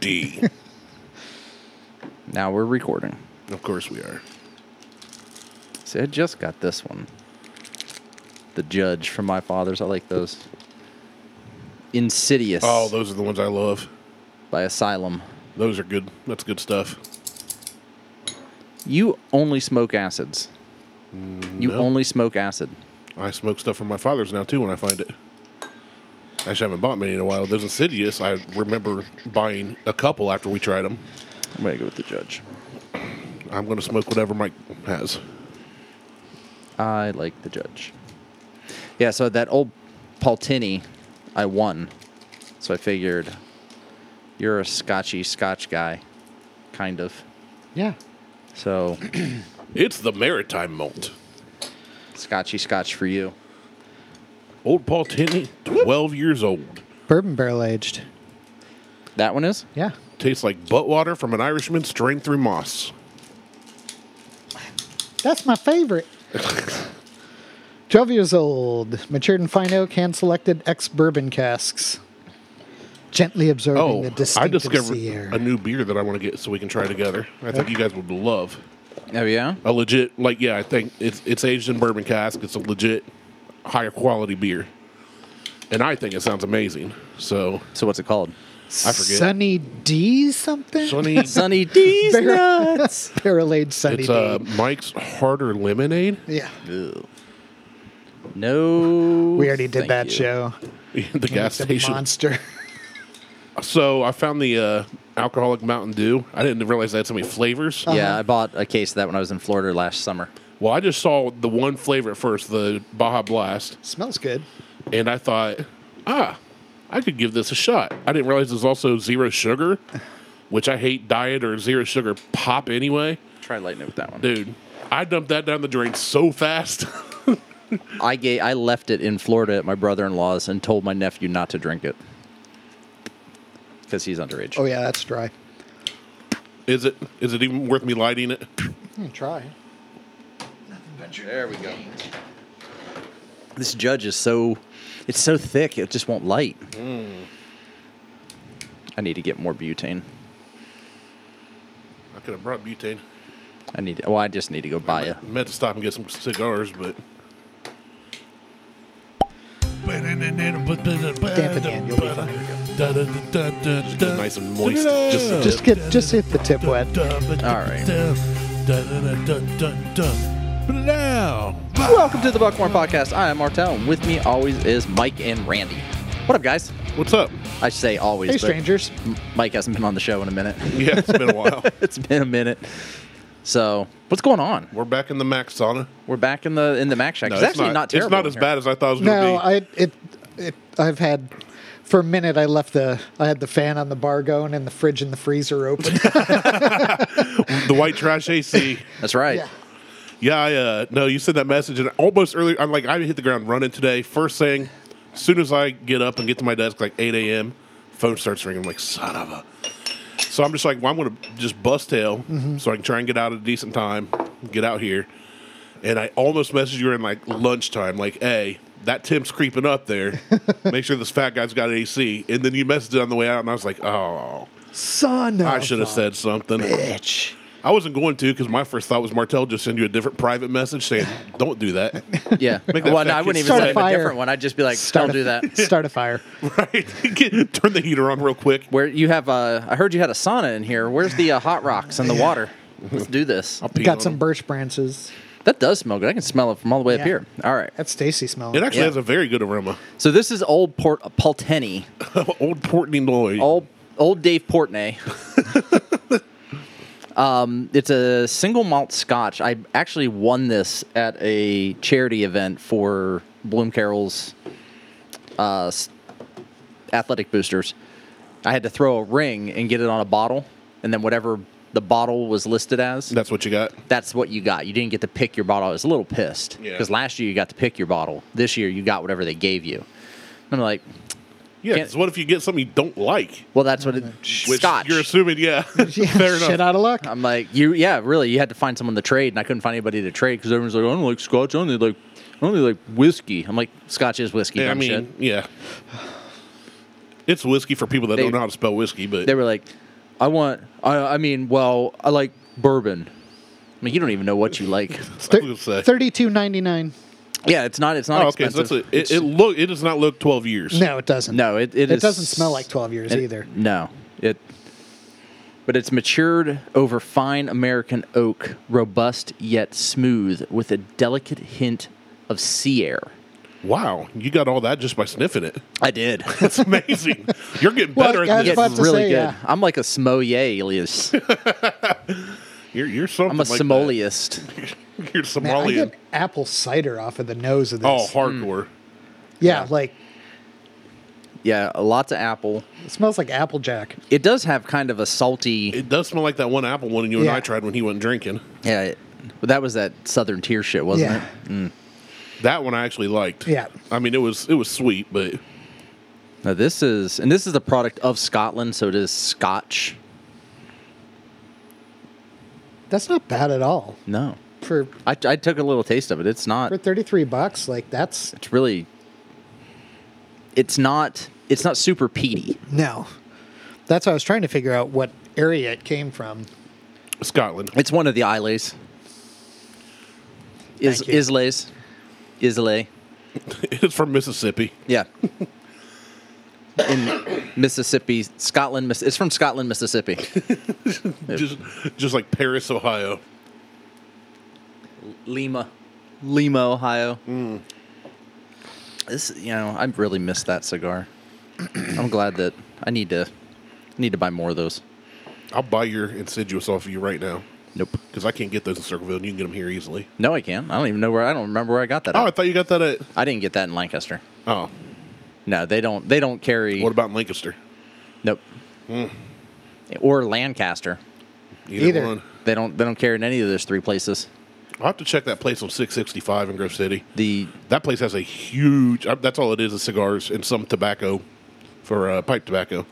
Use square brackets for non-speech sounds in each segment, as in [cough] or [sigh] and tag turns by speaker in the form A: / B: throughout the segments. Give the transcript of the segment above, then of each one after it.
A: D.
B: Now we're recording.
A: of course we are.
B: See, I just got this one. The Judge from My Fathers. I like those. Insidious
A: Oh, those are the ones I love.
B: by Asylum.
A: Those are good. That's good stuff.
B: You only smoke acids. You
A: no.
B: only smoke acid.
A: I smoke stuff from my father's now too when I find it. I actually haven't bought many in a while. Those insidious, I remember buying a couple after we tried them.
B: I'm going to go with the Judge.
A: I'm going to smoke whatever Mike has.
B: I like the Judge. Yeah, so that old Paul Tinney, I won. So I figured you're a scotchy Scotch guy, kind of.
C: Yeah.
B: So [clears throat]
A: It's the Maritime Malt.
B: scotchy Scotch for you.
A: Old Paul Tinney, 12 years old.
C: Bourbon barrel aged.
B: That one is?
C: Yeah.
A: Tastes like butt water from an Irishman strained through moss.
C: That's
A: [laughs]
C: my favorite. 12 years old, matured in fine oak, hand selected ex bourbon casks. Gently absorbing
A: Oh,
C: the distinctive
A: I discovered
C: sear.
A: a new beer that I want to get so we can try together. I think you guys would love.
B: Oh, yeah?
A: a legit like yeah i think it's it's aged in bourbon cask it's a legit higher quality beer and i think it sounds amazing so
B: So what's it
C: [laughs]
B: called?
A: I forget.
C: Sunny D something?
A: sunny
B: Sunny D's
C: [laughs] Barrel- [laughs]
B: nuts.
C: Barrel aged Sunny
A: it's
C: D.
A: uh mike's harder lemonade
C: yeah.
B: No.
C: We already
B: thank
C: did that
B: you.
C: show.
A: the gas
C: The
A: station
C: monster. [laughs]
A: so i found the uh alcoholic mountain dew i didn't realize they had so many flavors
B: Yeah, I bought a case of that when I was in Florida last summer.
A: well i just saw the one flavor at first the baja blast
C: Smells good.
A: and i thought ah i could give this a shot i didn't realize there's also zero sugar which i hate diet or zero sugar pop anyway
B: Try lighting it with that one.
A: dude i dumped that down the drain so fast [laughs]
B: I gave, I left it in Florida at my brother-in-law's and told my nephew not to drink it because he's underage.
C: Oh, yeah, that's dry.
A: is it is it even worth me lighting it
C: Hmm, try.
B: There we go. This judge is so, it's so thick it just won't light.
C: Hmm.
B: I need to get more butane.
A: i could have brought butane
B: I need. Well, I just need to go buy a.
A: I meant to stop and get some cigars but
C: Dampen it, you'll be fine.
A: nice and moist just a
C: Just
A: dip.
C: get, just hit the tip wet.
B: All right.
D: right.
B: Welcome to the Buckhorn Podcast. I am Martel, and with me always is Mike and Randy. What up, guys?
A: what's up
B: I should say always.
C: Hey,
B: but
C: strangers.
B: M- Mike hasn't been on the show in a minute.
A: [laughs]
B: [laughs]
A: yeah it's been a while
B: it's been a minute. So, what's going on?
A: [laughs] we're back in the max sauna
B: We're back in the in the Mac Shack. it's actually not, terrible.
A: it's not
B: in
A: as
B: here.
A: bad as i thought it was
C: No,
A: going to
C: I it, it I've had for a minute. I left the I had the fan on the bar going and the fridge and the freezer open.
A: be the white trash
B: [laughs]
A: ac
B: That's
C: [laughs]
B: right.
C: yeah,
A: Yeah, I, uh, no, you sent that message, and almost earlier, I'm like, I hit the ground running today. First thing, as soon as I get up and get to my desk, like 8 a.m., phone starts ringing. I'm like, son of a. So I'm just like, well, I'm going to just bust tail so I can try and get out at a decent time, get out here. And I almost messaged you in like lunchtime, like, hey, that temp's creeping up there. Make sure this fat guy's got AC. And then you messaged it on the way out, and I was like, oh,
C: son.
A: I
C: of
A: should have
C: a
A: said something.
C: Bitch.
A: I wasn't going to because my first thought was Martell just send you a different private message saying, "Don't do that."
C: [laughs]
B: Yeah.
A: Make that
B: Well, no,
A: fat
B: I wouldn't
A: kid
B: even
C: start
B: say
C: a
B: a
C: fire.
B: different one. I'd just be like,
C: Start
B: don't do that.
C: a, [laughs] Start a fire.
A: right? [laughs] Get- Turn the heater on real quick.
B: [laughs] Where you have uh, I heard you had a sauna in here. Where's the uh, hot rocks and the water? Let's do this.
A: Pee on
C: Got some
A: him.
C: birch branches.
B: That does smell good. I can smell it from all the way up
C: Yeah.
B: here. All right.
C: That's Stacy smelling.
A: It actually
B: Yeah.
A: has a very good aroma. [laughs]
B: So this is old Port Pulteney,
A: Old Portney Lloyd.
B: old old Dave Portney. [laughs] um, it's a single malt Scotch. I actually won this at a charity event for Bloom Carroll's uh, s- athletic boosters. I had to throw a ring and get it on a bottle, and then whatever the bottle was listed as,
A: That's what you got.
B: that's what you got. You didn't get to pick your bottle. I was a little pissed
A: Yeah.
B: because last year you got to pick your bottle. This year you got whatever they gave you. And I'm like,
A: Yeah.
B: Can't-
A: 'cause what if you get something you don't like?
B: well, that's what it,
A: Which
B: Scotch.
A: You're assuming, yeah.
C: [laughs] [laughs]
A: [laughs]
C: Yeah,
A: Fair enough.
C: Shit out of luck.
B: I'm like, you, yeah, really. You had to find someone to trade, and I couldn't find anybody to trade because everyone's like, I don't like Scotch. I only like, I only like whiskey. I'm like, Scotch is whiskey.
A: Yeah, I
B: dumb
A: mean,
B: shit.
A: yeah. It's whiskey for people that
B: They-
A: don't know how to spell whiskey, but
B: they were like, I want. I, I mean, well, I like bourbon. I mean, you don't even know what
A: [laughs]
B: you like.
A: I was gonna say.
C: Thirty-two ninety-nine.
B: yeah, it's not. It's not
A: Oh, okay, so
B: expensive.
A: that's a, it, it look it does not look twelve years.
C: No, it doesn't.
B: no, it it,
C: it
B: is-
C: doesn't smell like twelve years either.
B: No, it. But it's matured over fine American oak, robust yet smooth, with a delicate hint of sea air.
A: Wow, you got all that just by sniffing
C: [laughs]
A: it.
B: I did.
A: It's amazing. You're getting
C: Well,
A: better
C: I
A: at
C: was
A: this.
C: about
B: it's
C: to
B: really
C: say,
B: good.
C: yeah.
B: uh, I'm like a sommelier.
A: You're, you're something.
B: I'm a
A: like [laughs]
B: sommelier.
A: That. You're
C: Man, I
A: Somalian.
C: get apple cider off of the nose of this. Mm.
A: Oh, hardcore.
C: yeah, like
B: Yeah, lots of apple.
C: it smells like applejack.
B: It does have kind of a salty.
A: It does smell like that one apple one you and
C: Yeah.
A: I tried when he wasn't drinking.
B: yeah, it, but that was that Southern Tier shit, wasn't
C: Yeah.
A: That one I actually liked.
C: Yeah.
A: I mean, it was it was sweet, but
B: it? Now this is, and this is the product of Scotland, so it is Scotch.
C: That's not bad at all
B: No,
C: for
B: I, I took a little taste of it. It's not.
C: for thirty-three bucks. Like that's
B: It's really. It's not. It's not super peaty.
C: no. That's why I was trying to figure out what area it came from.
A: Scotland. [laughs]
B: It's one of the Isleys. Is
C: Thank you.
B: Isleys, Islay.
A: It's from Mississippi.
B: Yeah. [laughs] In Mississippi, Scotland. Miss- It's from Scotland, Mississippi.
A: [laughs] Just just like Paris, Ohio.
B: Lima, Lima, Ohio.
A: Mm.
B: This, you know, I really missed that cigar. [clears throat] I'm glad that I need to need to buy more of those.
A: I'll buy your insidious off of you right now
B: Nope.
A: because I can't get those in Circleville. and You can get them here easily.
B: No, I can't. I don't even know where. I don't remember where I got that.
A: Oh, I
B: at.
A: thought you got that at.
B: I didn't get that in Lancaster.
A: Oh,
B: No, they don't. They don't carry.
A: what Hmm. about in Lancaster?
B: nope. Or Lancaster.
A: Either,
C: Either.
A: one.
B: They don't. They don't carry in any of those three places.
A: I'll have to check that place on 665 in Grove City.
B: The
A: That place has a huge. uh, That's all it is: is cigars and some tobacco for uh, pipe tobacco.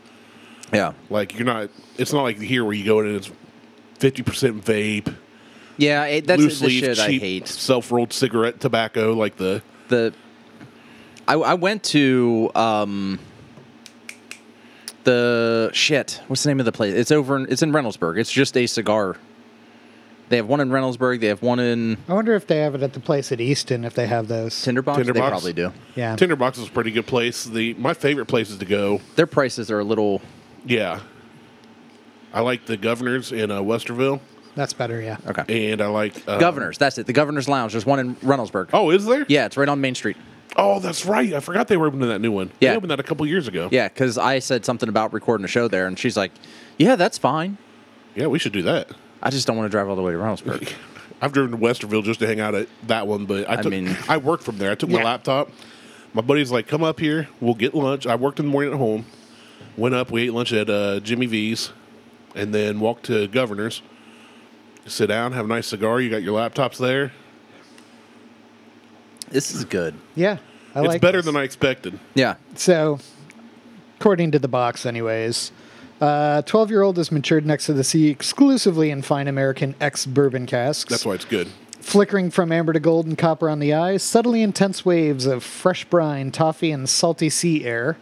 B: yeah
A: Like you're not. It's not like here where you go in and it's fifty percent vape,
B: yeah. It, that's
A: loose
B: the
A: leaf,
B: shit I
A: cheap
B: hate.
A: self-rolled cigarette tobacco. Like the
B: The I, I went to um the shit. What's the name of the place? It's over. In, it's in Reynoldsburg. It's just a cigar. They have one in Reynoldsburg. They have one in
C: I wonder if they have it at the place at Easton. If they have those,
B: Tinderbox. They
A: Tinderbox?
B: probably do.
C: yeah.
A: Tinderbox is a pretty good place. The my favorite places to go.
B: Their prices are a little.
A: Yeah, I like the Governors in uh, Westerville,
C: That's better. Yeah.
B: Okay.
A: and I like uh,
B: Governors. That's it. The Governor's Lounge. There's one in Reynoldsburg.
A: Oh, is there?
B: Yeah, it's right on Main Street.
A: Oh, that's right. I forgot they were opening that new one.
B: Yeah.
A: They opened that a couple years ago.
B: Yeah, because I said something about recording a show there, and she's like, "Yeah, that's fine.
A: Yeah, we should do that.
B: I just don't want to drive all the way
A: [laughs]
B: to Reynoldsburg."
A: I've driven to Westerville just to hang out at that one, but I, took,
B: mean-
A: [laughs] I worked from there. I took my
C: Yeah.
A: laptop. My buddy's like, "Come up here. We'll get lunch." I worked in the morning at home. Went up. We ate lunch at uh, Jimmy V's, and then walked to Governor's. Sit down, have a nice cigar. You got your laptops there.
B: this is good.
C: Yeah. I
A: it's
C: like
A: better
C: this.
A: than I expected.
B: Yeah,
C: So, according to the box, anyways, uh, 12 year old is matured next to the sea exclusively in fine American ex bourbon casks.
A: That's why it's good.
C: Flickering from amber to gold and copper on the eye, subtly intense waves of fresh brine, toffee, and salty sea air.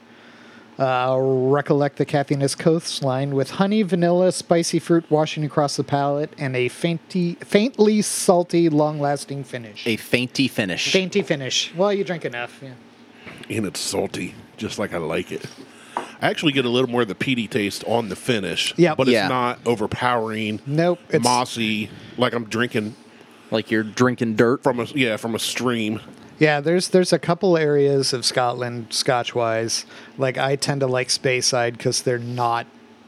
C: Uh, recollect the Cathiness coastline with honey, vanilla, spicy fruit washing across the palate, and a fainty, faintly salty, long lasting finish.
B: a fainty finish.
C: Dainty finish. Well, you drink enough. Yeah.
A: and it's salty, just like I like it. I actually get a little more of the peaty taste on the finish,
C: Yep.
A: but it's
B: Yeah.
A: not overpowering.
C: Nope, it's-
A: mossy, like I'm drinking
B: like you're drinking dirt.
A: from a yeah from a stream.
C: Yeah, there's there's a couple areas of Scotland Scotch wise. Like I tend to like Speyside because they're not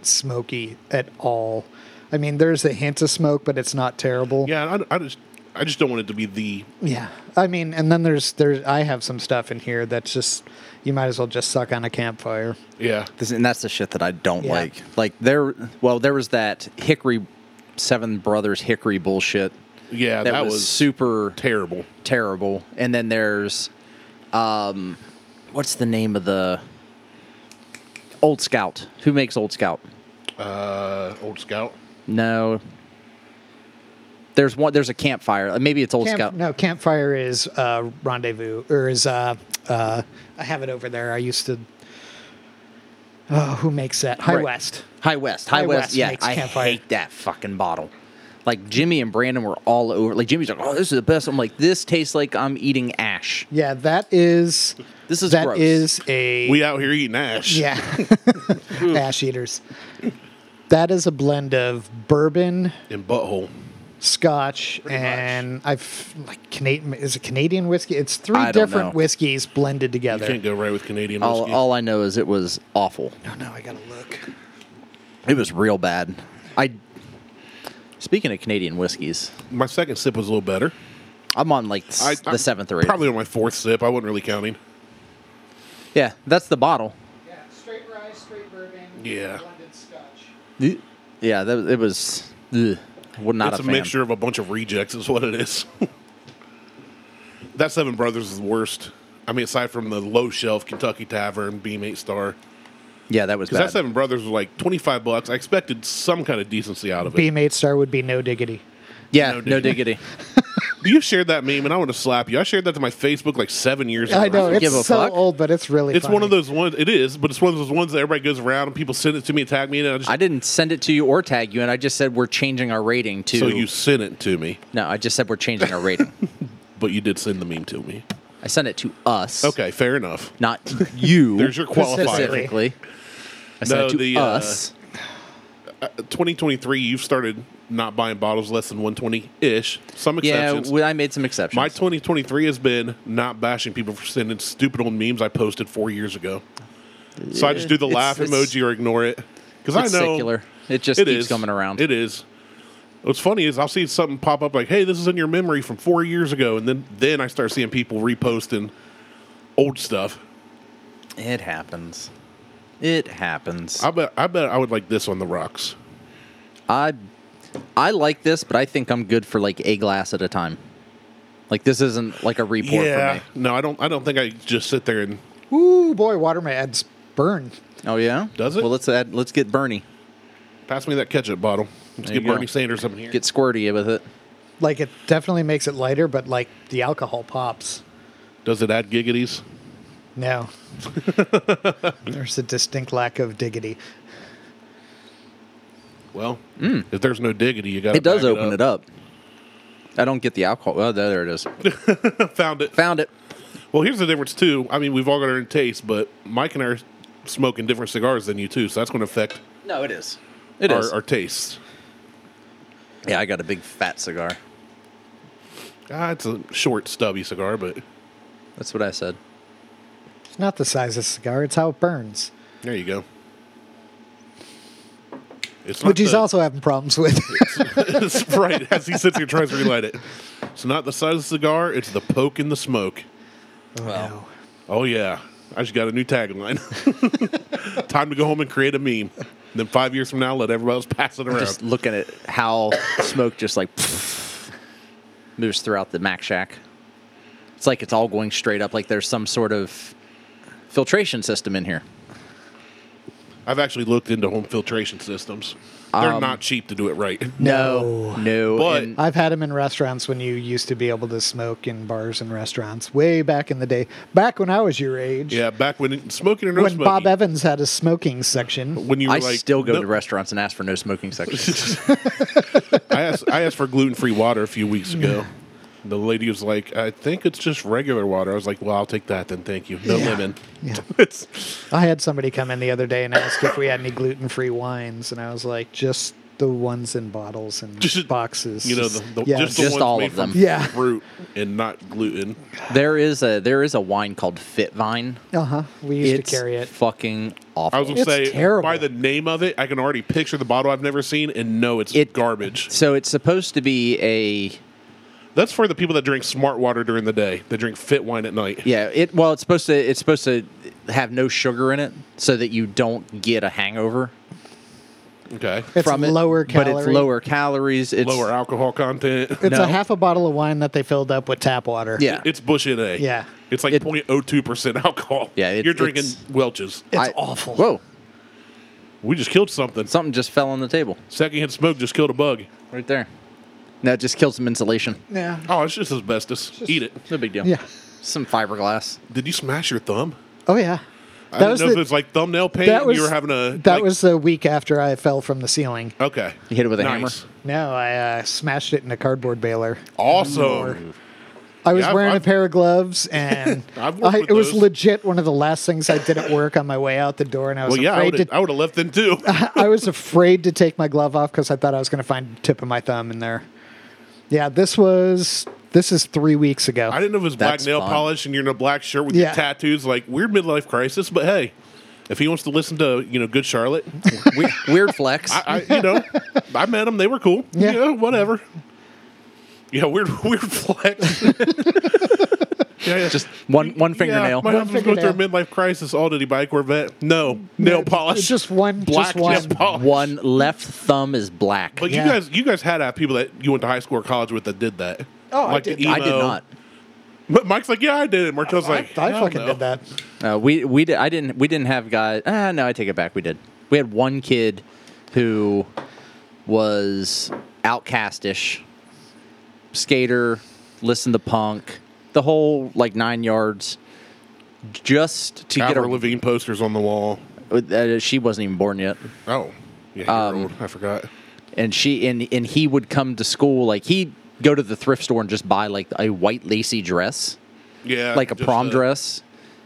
C: smoky at all. I mean, there's a hint of smoke, but it's not terrible.
A: Yeah, I, I just I just don't want it to be the
C: Yeah. I mean, and then there's there's I have some stuff in here that's just you might as well just suck on a campfire.
A: yeah.
B: This- and that's the shit that I don't
C: Yeah.
B: like. Like there, well, there was that Hickory Seven Brothers Hickory bullshit
A: Yeah,
B: that,
A: Uh, that,
B: was,
A: was,
B: super
A: terrible.
B: terrible. And then there's, um, what's the name of the Old Scout? Who makes Old Scout?
A: Uh, old Scout.
B: No. There's one. There's a campfire. Uh, Maybe it's Old
C: Camp,
B: Scout.
C: no, campfire is uh, rendezvous or is uh, uh, I have it over there. I used to Oh, who makes that? High
B: Right.
C: West.
B: High West. High,
C: High
B: West.
C: West
B: Yeah,
C: makes
B: I
C: Campfire.
B: hate that fucking bottle. Like Jimmy and Brandon were all over. Like Jimmy's like, "Oh, this is the best." I'm like, "This tastes like I'm eating ash."
C: Yeah, that is.
B: This is
C: that
B: gross.
C: is a
A: We out here eating ash.
C: yeah ash eaters. That is a blend of bourbon,
A: And butthole.
C: Scotch, and I've like Canadian is it Canadian whiskey? It's three
B: I don't
C: different
B: know.
C: whiskeys blended
A: You
C: together.
A: can't go right with Canadian
B: All,
A: whiskey.
B: all I know is it was awful.
C: No, no, I gotta look.
B: It was real bad. I. Speaking of Canadian whiskeys,
A: my second sip was a little better.
B: I'm on like s-
A: I-
B: the
A: I'm
B: seventh or eighth.
A: Probably on my fourth sip. I wasn't really counting.
B: Yeah, that's the bottle.
C: Yeah, straight rye, straight bourbon.
A: Yeah.
C: Blended Scotch.
B: Yeah, that, was- it was. Ugh, well, not
A: it's a,
B: a, fan.
A: mixture of a bunch of rejects, is what it is. [laughs] that Seven Brothers is the worst. I mean, aside from the low shelf Kentucky Tavern, Beam Eight Star,
B: Yeah, that was
A: because
B: bad.
A: that Seven Brothers was like twenty five bucks. I expected some kind of decency out of it.
C: B mate star would be no diggity.
B: yeah,
A: no
B: no,
A: diggity.
B: diggity.
A: You shared that meme, and I want to slap you. I shared that to my Facebook like seven years ago.
C: I know it's
B: give a
C: so
B: fuck.
C: old, but it's really.
A: It's one of
C: funny.
A: those ones. It is, but it's one of those ones that everybody goes around and people send it to me and tag me, and I just
B: I didn't send it to you or tag you, and I just said we're changing our rating to.
A: so you sent it to me,
B: No, I just said we're changing
A: [laughs]
B: our rating.
A: but you did send the meme to me.
B: I sent it to us.
A: Okay, fair enough.
B: Not you.
A: There's your qualifier.
C: Specifically.
B: specifically. I sent
A: No,
B: it to
A: the, uh,
B: us.
A: 2023, you've started not buying bottles less than 120 ish. Some
B: yeah,
A: exceptions.
B: we, I made some exceptions.
A: My 2023 has been not bashing people for sending stupid old memes I posted four years ago. So I just do the
B: It's-
A: laugh
B: it's-
A: emoji or ignore it because I
B: It's
A: know
B: secular. It just
A: it
B: keeps
A: is.
B: coming around.
A: It is. What's funny is I'll see something pop up like, "Hey, this is in your memory from four years ago," and then then I start seeing people reposting old stuff.
B: It happens. It happens.
A: I bet I bet I would like this on the rocks.
B: I I like this, but I think I'm good for like a glass at a time. Like this isn't like a report for me.
A: No, I don't. I don't think I just sit there and
C: Ooh boy, watermelons burn.
B: Oh yeah,
A: Does it?
B: Well, let's add, let's get Bernie,
A: pass me that ketchup bottle. Let's
B: There
A: get
B: you go.
A: Bernie Sanders up in here.
B: get squirty with it.
C: Like it definitely makes it lighter, but like the alcohol pops.
A: Does it add giggities? [laughs]
C: No. There's a distinct lack of diggity.
A: Well, if there's no diggity, you got
B: Mm. It does open it up. I don't get the alcohol. Oh, there it is.
A: [laughs] Found it.
B: Found it.
A: Well, here's the difference too. I mean, we've all got our own taste, but Mike and I are smoking different cigars than you too, so that's going to affect
B: No, it is. It
A: our,
B: is.
A: our tastes.
B: yeah, I got a big fat cigar.
A: Ah, it's a short, stubby cigar, but
B: That's what I said.
C: It's not the size of the cigar, it's how it burns.
A: there you go. It's
C: Which he's
A: the-
C: also having problems with.
A: [laughs] it's right as he sits here tries to relight it. It's not the size of the cigar; it's the poke in the smoke.
B: well,
C: No.
A: Oh yeah, I just got a new tagline. [laughs] Time to go home and create a meme. Then five years from now, let everybody else pass it around.
B: just looking at how smoke just like moves throughout the Mac Shack. It's like it's all going straight up. Like there's some sort of filtration system in here.
A: I've actually looked into home filtration systems. They're not cheap to do it right.
C: No.
B: no.
A: But-
B: and-
C: I've had them in restaurants when you used to be able to smoke in bars and restaurants way back in the day. Back when I was your age.
A: Yeah, back when smoking or no
C: When
A: smoking,
C: Bob Evans had a smoking section.
A: when you were
B: I
A: like,
B: still go
A: "Nope."
B: to restaurants and ask for no smoking sections.
A: [laughs] I asked I asked for gluten free water a few weeks ago. The lady was like, "I think it's just regular water." I was like, "Well, I'll take that then, thank you. No
C: Yeah.
A: lemon."
C: Yeah.
A: It's
C: I had somebody come in the other day and ask if we had any gluten free wines, and I was like, just the ones in bottles and
A: Just-
C: boxes.
A: you know the, the,
C: yeah,
A: just, the
B: Just
A: ones
B: all
A: made
B: of them.
A: from
C: Yeah.
A: fruit and not gluten.
B: there is a there is a wine called Fit Vine.
C: uh huh. We used
B: it's
C: to carry it.
B: fucking awful.
A: I was gonna
C: It's
A: say
C: terrible.
A: by the name of it, I can already picture the bottle I've never seen and know it's
B: It-
A: garbage.
B: so it's supposed to be a
A: That's for the people that drink smart water during the day. They drink fit wine at night.
B: yeah. It well, it's supposed to it's supposed to have no sugar in it, so that you don't get a hangover.
A: Okay.
C: It's
B: from it,
C: lower calorie.
B: but it's lower calories. It's
A: Lower alcohol content. [laughs]
C: It's
B: No.
C: a half a bottle of wine that they filled up with tap water.
B: Yeah,
A: It's Bush in A.
C: Yeah.
A: It's like
B: It-
A: 0.02% alcohol.
B: Yeah, it-
A: You're drinking
B: it's-
A: Welch's.
C: It's
B: I-
C: awful.
B: Whoa,
A: We just killed something.
B: something just fell on the table
A: Secondhand smoke just killed a bug.
B: right there. No, it just killed some insulation.
C: Yeah.
A: Oh, it's just asbestos. Eat it.
B: No big deal.
C: Yeah.
A: [laughs]
B: some fiberglass.
A: Did you smash your thumb?
C: Oh, yeah.
A: I
C: That
A: didn't
C: was
A: know if
C: the-
A: it was like thumbnail paint.
C: That
A: and
C: was
A: you were having a
C: That
A: like-
C: was the week after I fell from the ceiling.
A: okay.
B: You hit it with a hammer?
C: No, I uh, smashed it in a cardboard baler.
A: Awesome.
C: I was
A: Yeah, I've-
C: wearing a
A: I've-
C: pair of gloves,
A: [laughs]
C: and
A: I've worked
C: I,
A: with
C: it was
A: those.
C: legit one of the last things I did at work on my way out the door, and I was
A: Well, yeah, I
C: afraid
A: would
C: to.
A: I would have left them too.
C: [laughs] I was afraid to take my glove off because I thought I was going to find the tip of my thumb in there. Yeah, this was this is three weeks ago.
A: I didn't know if it was black
B: That's
A: nail
B: fun.
A: polish and you're in a black shirt with
C: Yeah.
A: your tattoos. Like weird midlife crisis, but hey, if he wants to listen to you know Good Charlotte,
B: Weird, weird flex.
A: I, I you
C: [laughs]
A: know I met them. They were cool.
C: Yeah.
A: Yeah, whatever. Yeah, weird [laughs] weird
C: [laughs]
A: flex. yeah, yeah.
B: Just one one
A: Yeah,
B: fingernail.
A: my husband's going through a midlife crisis. Oh, did he buy a Corvette? No, nail polish.
C: It's just one,
A: black
C: just one.
A: nail polish.
B: one left thumb is black.
A: oh. But
C: Yeah.
A: you guys, you guys had uh, people that you went to high school or college with that did that.
C: Oh, I
A: Like
C: did.
A: the
B: I did
A: emo.
B: not.
A: But Mike's like, yeah, I did it. Martel's
C: I,
A: like,
C: I
A: "Hell
C: fucking
A: no."
C: did that.
B: Uh, we we did, I didn't we didn't have guys. Ah, no, I take it back. We did. We had one kid who was outcastish, skater, listened to punk, the whole like nine yards, just to
A: Avril
B: get
A: Lavigne posters on the wall.
B: a. Uh, she wasn't even born yet.
A: Oh, yeah, you're
B: Um,
A: old. I forgot.
B: and she and and he would come to school like he'd go to the thrift store and just buy like a white lacy dress
A: Yeah,
B: like a
A: just,
B: prom
A: uh,
B: dress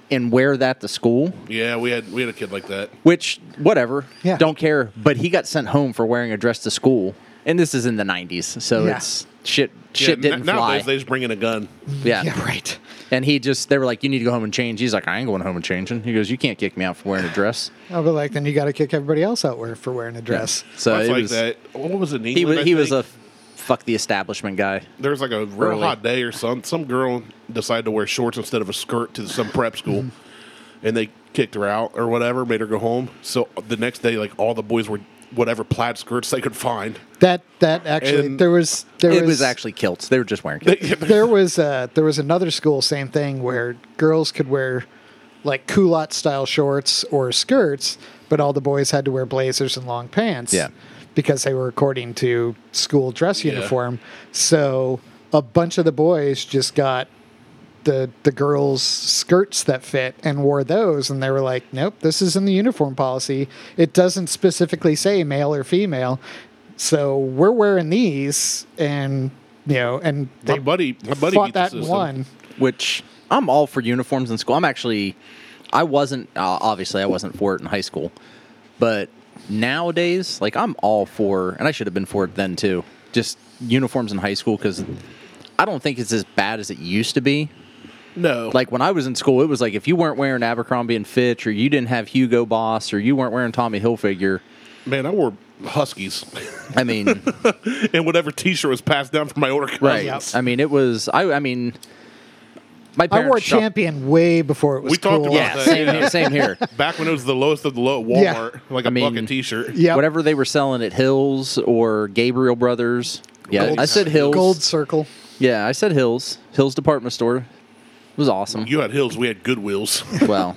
B: and wear that to school
A: Yeah, we had we had a kid like that.
B: which whatever
C: Yeah.
B: don't care but he got sent home for wearing a dress to school and this is in the 90s so
C: Yeah.
B: it's shit shit
A: yeah,
B: didn't
A: na-
B: fly
A: Nowadays they just bring in a gun.
B: yeah.
C: Yeah, right.
B: and he just they were like you need to go home and change he's like i ain't going home and changing he goes you can't kick me out for wearing
A: [laughs]
B: a dress
C: I'll be like, then you got to kick everybody else out wear- for wearing a dress.
B: so
A: That's
B: it
A: like
B: was,
A: that. What was it? in
B: he
A: England,
B: was
A: I
B: he was a
A: think?
B: fuck the establishment guy
A: There was like a real
B: early.
A: hot day or some some girl decided to wear shorts instead of a skirt to some prep
B: [laughs]
A: school, and they kicked her out or whatever, made her go home. So the next day, like all the boys were whatever plaid skirts they could find. [laughs]
C: That that actually
A: And
C: there was there
B: it was actually kilts they were
A: [laughs]
B: just wearing kilts
C: there was uh, there was another school same thing where girls could wear like culotte style shorts or skirts, but all the boys had to wear blazers and long pants.
B: Yeah.
C: Because they were according to school dress uniform. So a bunch of the boys just got the the girls' skirts that fit and wore those, and they were like, "Nope, this is in the uniform policy. It doesn't specifically say male or female, so we're wearing these." And you know, and
A: my
C: they
A: buddy, my buddy
C: fought
A: beat the
C: that and
A: system.
C: won.
B: which I'm all for uniforms in school. I'm actually, I wasn't, uh, obviously, I wasn't for it in high school, but nowadays, like, I'm all for, and I should have been for it then too, just uniforms in high school because I don't think it's as bad as it used to be.
A: No,
B: Like, when I was in school, it was like if you weren't wearing Abercrombie and Fitch or you didn't have Hugo Boss or you weren't wearing Tommy Hilfiger,
A: man, I wore Huskies [laughs]
B: I mean,
A: and whatever T-shirt was passed down from my older cousins.
B: right.
C: Yep.
B: I mean, it was, I, I mean, my
C: I
B: parents
C: wore
B: shop-
C: champion way before it was
A: We talked
C: cool.
A: about
B: Yeah,
A: that.
B: same here, same here.
A: Back when it was the lowest of the low at
C: Yeah.
A: Walmart, like a
B: I mean-
A: bucket T-shirt.
C: Yep.
B: whatever they were selling at Hills or Gabriel Brothers. Yeah,
A: Gold
B: I said
A: Circle.
B: Hills.
C: Gold circle.
B: Yeah, I said Hills. Hills Department Store it was
A: [laughs]
B: awesome.
A: You had hills, we had Goodwills.
B: well,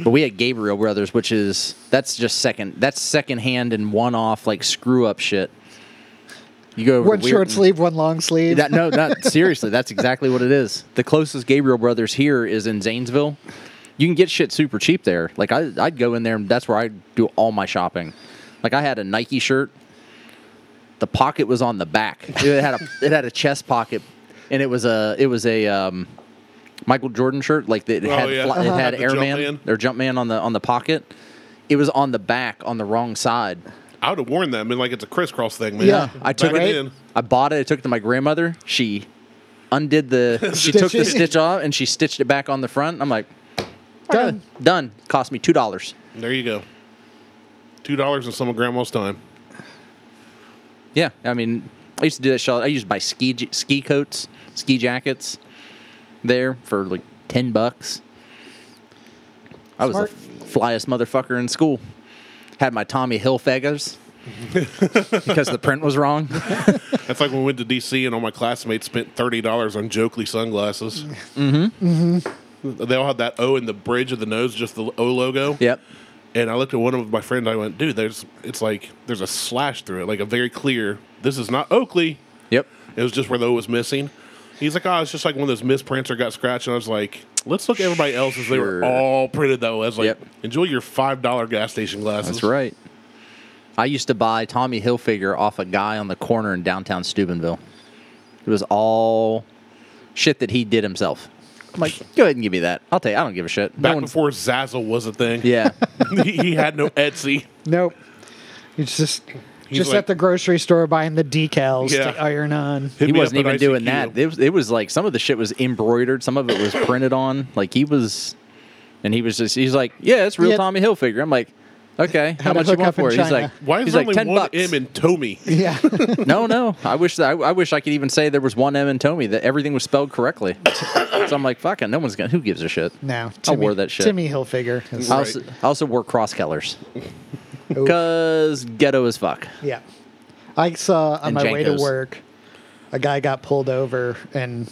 B: but we had Gabriel Brothers, which is that's just second that's second hand and one off like screw up shit. You go over
C: One
B: to
C: short
B: Weirton-
C: sleeve, one long sleeve.
B: That, no, not seriously. That's exactly what it is. The closest Gabriel Brothers here is in Zanesville. You can get shit super cheap there. Like I, I'd go in there, and that's where I do all my shopping. Like I had a Nike shirt. The pocket was on the back. It had a it had a chest pocket, and it was a it was a um, Michael Jordan shirt. Like it
A: Oh,
B: had
A: yeah.
B: fla- it
A: Uh-huh.
B: had
A: The
B: Airman
A: Jumpman.
B: or Jumpman on the on the pocket. It was on the back on the wrong side.
A: I would have worn them, and like it's a crisscross thing, man.
C: Yeah.
B: I took
A: Back
B: it.
A: then.
B: I bought it. I took it to my grandmother. She undid the. [laughs] She took the
C: Stitches.
B: stitch off and she stitched it back on the front. I'm like,
C: Done.
B: done. Cost me two dollars.
A: There you go. Two dollars and some of Grandma's time.
B: Yeah, I mean, I used to do that. Shot. I used to buy ski j- ski coats, ski jackets, there for like ten bucks. I was
C: Smart.
B: the flyest motherfucker in school. Had my Tommy [laughs] Hilfigers because the print was wrong.
A: That's like when we went to DC and all my classmates spent thirty dollars on Jokely sunglasses. Mm-hmm. mm-hmm. They all had that O in the bridge of the nose, just the O logo.
B: yep.
A: And I looked at one of my friends. I went, "Dude, there's it's like there's a slash through it, like a very clear. This is not Oakley.
B: Yep.
A: It was just where the O was missing." He's like, oh, it's just like one of those misprints or got scratched. And I was like, let's look at everybody else as they
B: Sure.
A: were all printed that way. I was like,
B: Yep.
A: enjoy your $5 gas station glasses.
B: That's right. I used to buy Tommy Hilfiger off a guy on the corner in downtown Steubenville. It was all shit that he did himself. I'm like, go ahead and give me that. I'll take. I don't give a shit.
A: Back
B: no one's.
A: before Zazzle was a thing.
B: [laughs] Yeah.
A: [laughs] he, he had no Etsy.
C: Nope. It's just
A: He's
C: just
A: like-
C: at the grocery store buying the decals
A: Yeah.
C: to
B: [laughs]
C: iron on.
A: Hit
B: he
A: me up
B: wasn't
A: at
B: even doing
A: ICQ.
B: that. It was, it was like some of the shit was embroidered, some of it was printed on. Like he was, and he was just he's like, yeah, it's real
C: Yeah.
B: Tommy Hilfiger. I'm like, okay, how
C: to
B: much you
C: hook
B: want
C: up in
B: for it? He's
C: China.
B: like,
A: Why is
B: he's
A: there
B: like
A: only
B: ten
A: one
B: bucks.
A: M in Tomy?
C: [laughs] Yeah.
B: no, no, I wish that I, I wish I could even say there was one M in Tommy that everything was spelled correctly. so I'm like, fucking, no one's gonna. Who gives a shit?
C: now
B: I
C: Timmy,
B: wore that shit.
C: Timmy Hilfiger. is-
B: I
A: Right.
B: also, I also wore cross colors
C: Ooh.
B: because ghetto as fuck.
C: Yeah. I saw on
B: And
C: my way to
B: Jankos.
C: work, a guy got pulled over in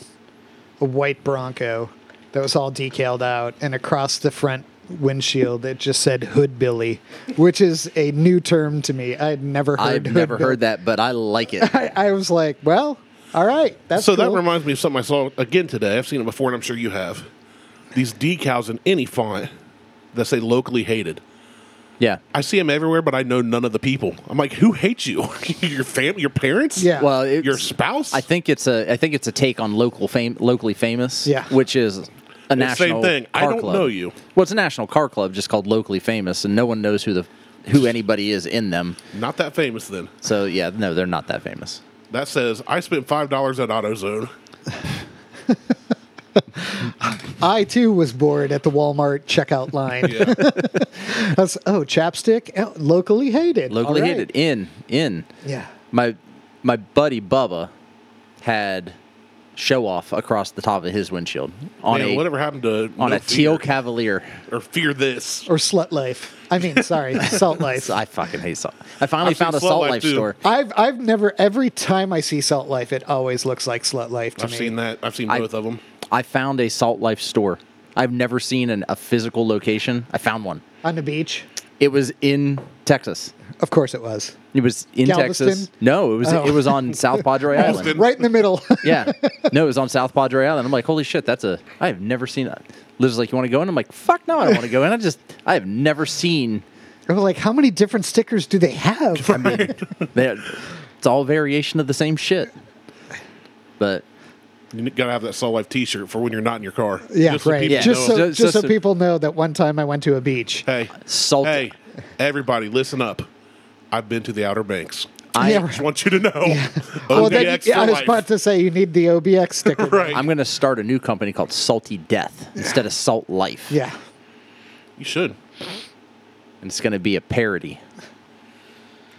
C: a white Bronco that was all decaled out, and across the front windshield it just said "Hood Billy," which is a new term to me. I had never heard.
B: I've
C: Hood
B: never
C: Bill-
B: heard that, but I like
C: [laughs]
B: it.
C: I, I was like, well, all right, that's
A: So that
C: cool.
A: reminds me of something I saw again today. I've seen it before, and I'm sure you have. These decals in any font that say locally hated.
B: Yeah.
A: I see them everywhere, but I know none of the people. I'm like, who hates you? [laughs] your family, your parents,
C: Yeah.
B: Well, Uh, it's,
A: your spouse.
B: I think it's a I think it's a take on local fame, locally famous.
C: Yeah.
B: which is a national
A: thing. I
B: Car
A: don't
B: club.
A: know you.
B: Well, it's a national car club, just called locally famous, and no one knows who the who anybody is in them.
A: not that famous. Then
B: So yeah, no, they're not that famous.
A: that says I spent five dollars at AutoZone.
C: I too was bored at the Walmart checkout line. [laughs]
A: Yeah.
C: I was, oh, chapstick, oh, locally hated, all
B: Locally
C: right.
B: hated in in
C: Yeah.
B: my my buddy Bubba had show off across the top of his windshield on
A: Man,
B: a
A: whatever happened to
B: on
A: no
B: a teal
A: fear,
B: Cavalier.
A: or fear this?
C: Or slut life. I
B: [laughs]
C: mean, sorry, salt life.
B: I fucking hate salt. I finally
A: I've seen
B: found a
A: Slut
B: salt
A: Life,
B: life
A: too.
B: store.
C: I've I've never every time I see Salt Life, it always looks like Slut Life to
A: I've
C: me.
A: seen that. I've seen
B: I-
A: both of them.
B: I found a Salt Life store. I've never seen an, a physical location. I found one.
C: on the beach.
B: It was in Texas.
C: Of course, it was
B: It was in
C: Galveston?
B: Texas. No, it was
C: Oh.
B: it was on
A: [laughs]
B: South Padre Island.
A: Austin.
C: right in the middle. [laughs]
B: Yeah, no, it was on South Padre Island. I'm like, holy shit, that's a. I have never seen that. Liz is like, you want to go in? I'm like, fuck no, I don't want to go in. I just, I have never seen.
C: I was like, how many different stickers do they have?
B: I
C: [laughs]
B: mean, they, it's all variation of the same shit. But
A: You gotta have that Soul Life T-shirt for when you're not in your car.
C: yeah,
A: Just so
C: right.
A: people
C: Just
A: know.
C: so
B: Just-
C: just,
B: just
C: so
B: so-
C: people know that one time I went to a beach.
A: hey,
B: salt.
A: hey, everybody, listen up. I've been to the Outer Banks.
B: I-
C: Yeah,
A: Just want you to know. [laughs] OBX
C: Well, then,
A: for
C: yeah, I was
A: life.
C: about to say you need the OBX sticker.
A: [laughs] right.
B: I'm gonna start a new company called Salty Death instead of Salt Life.
C: Yeah.
A: you should.
B: and it's going to be a parody.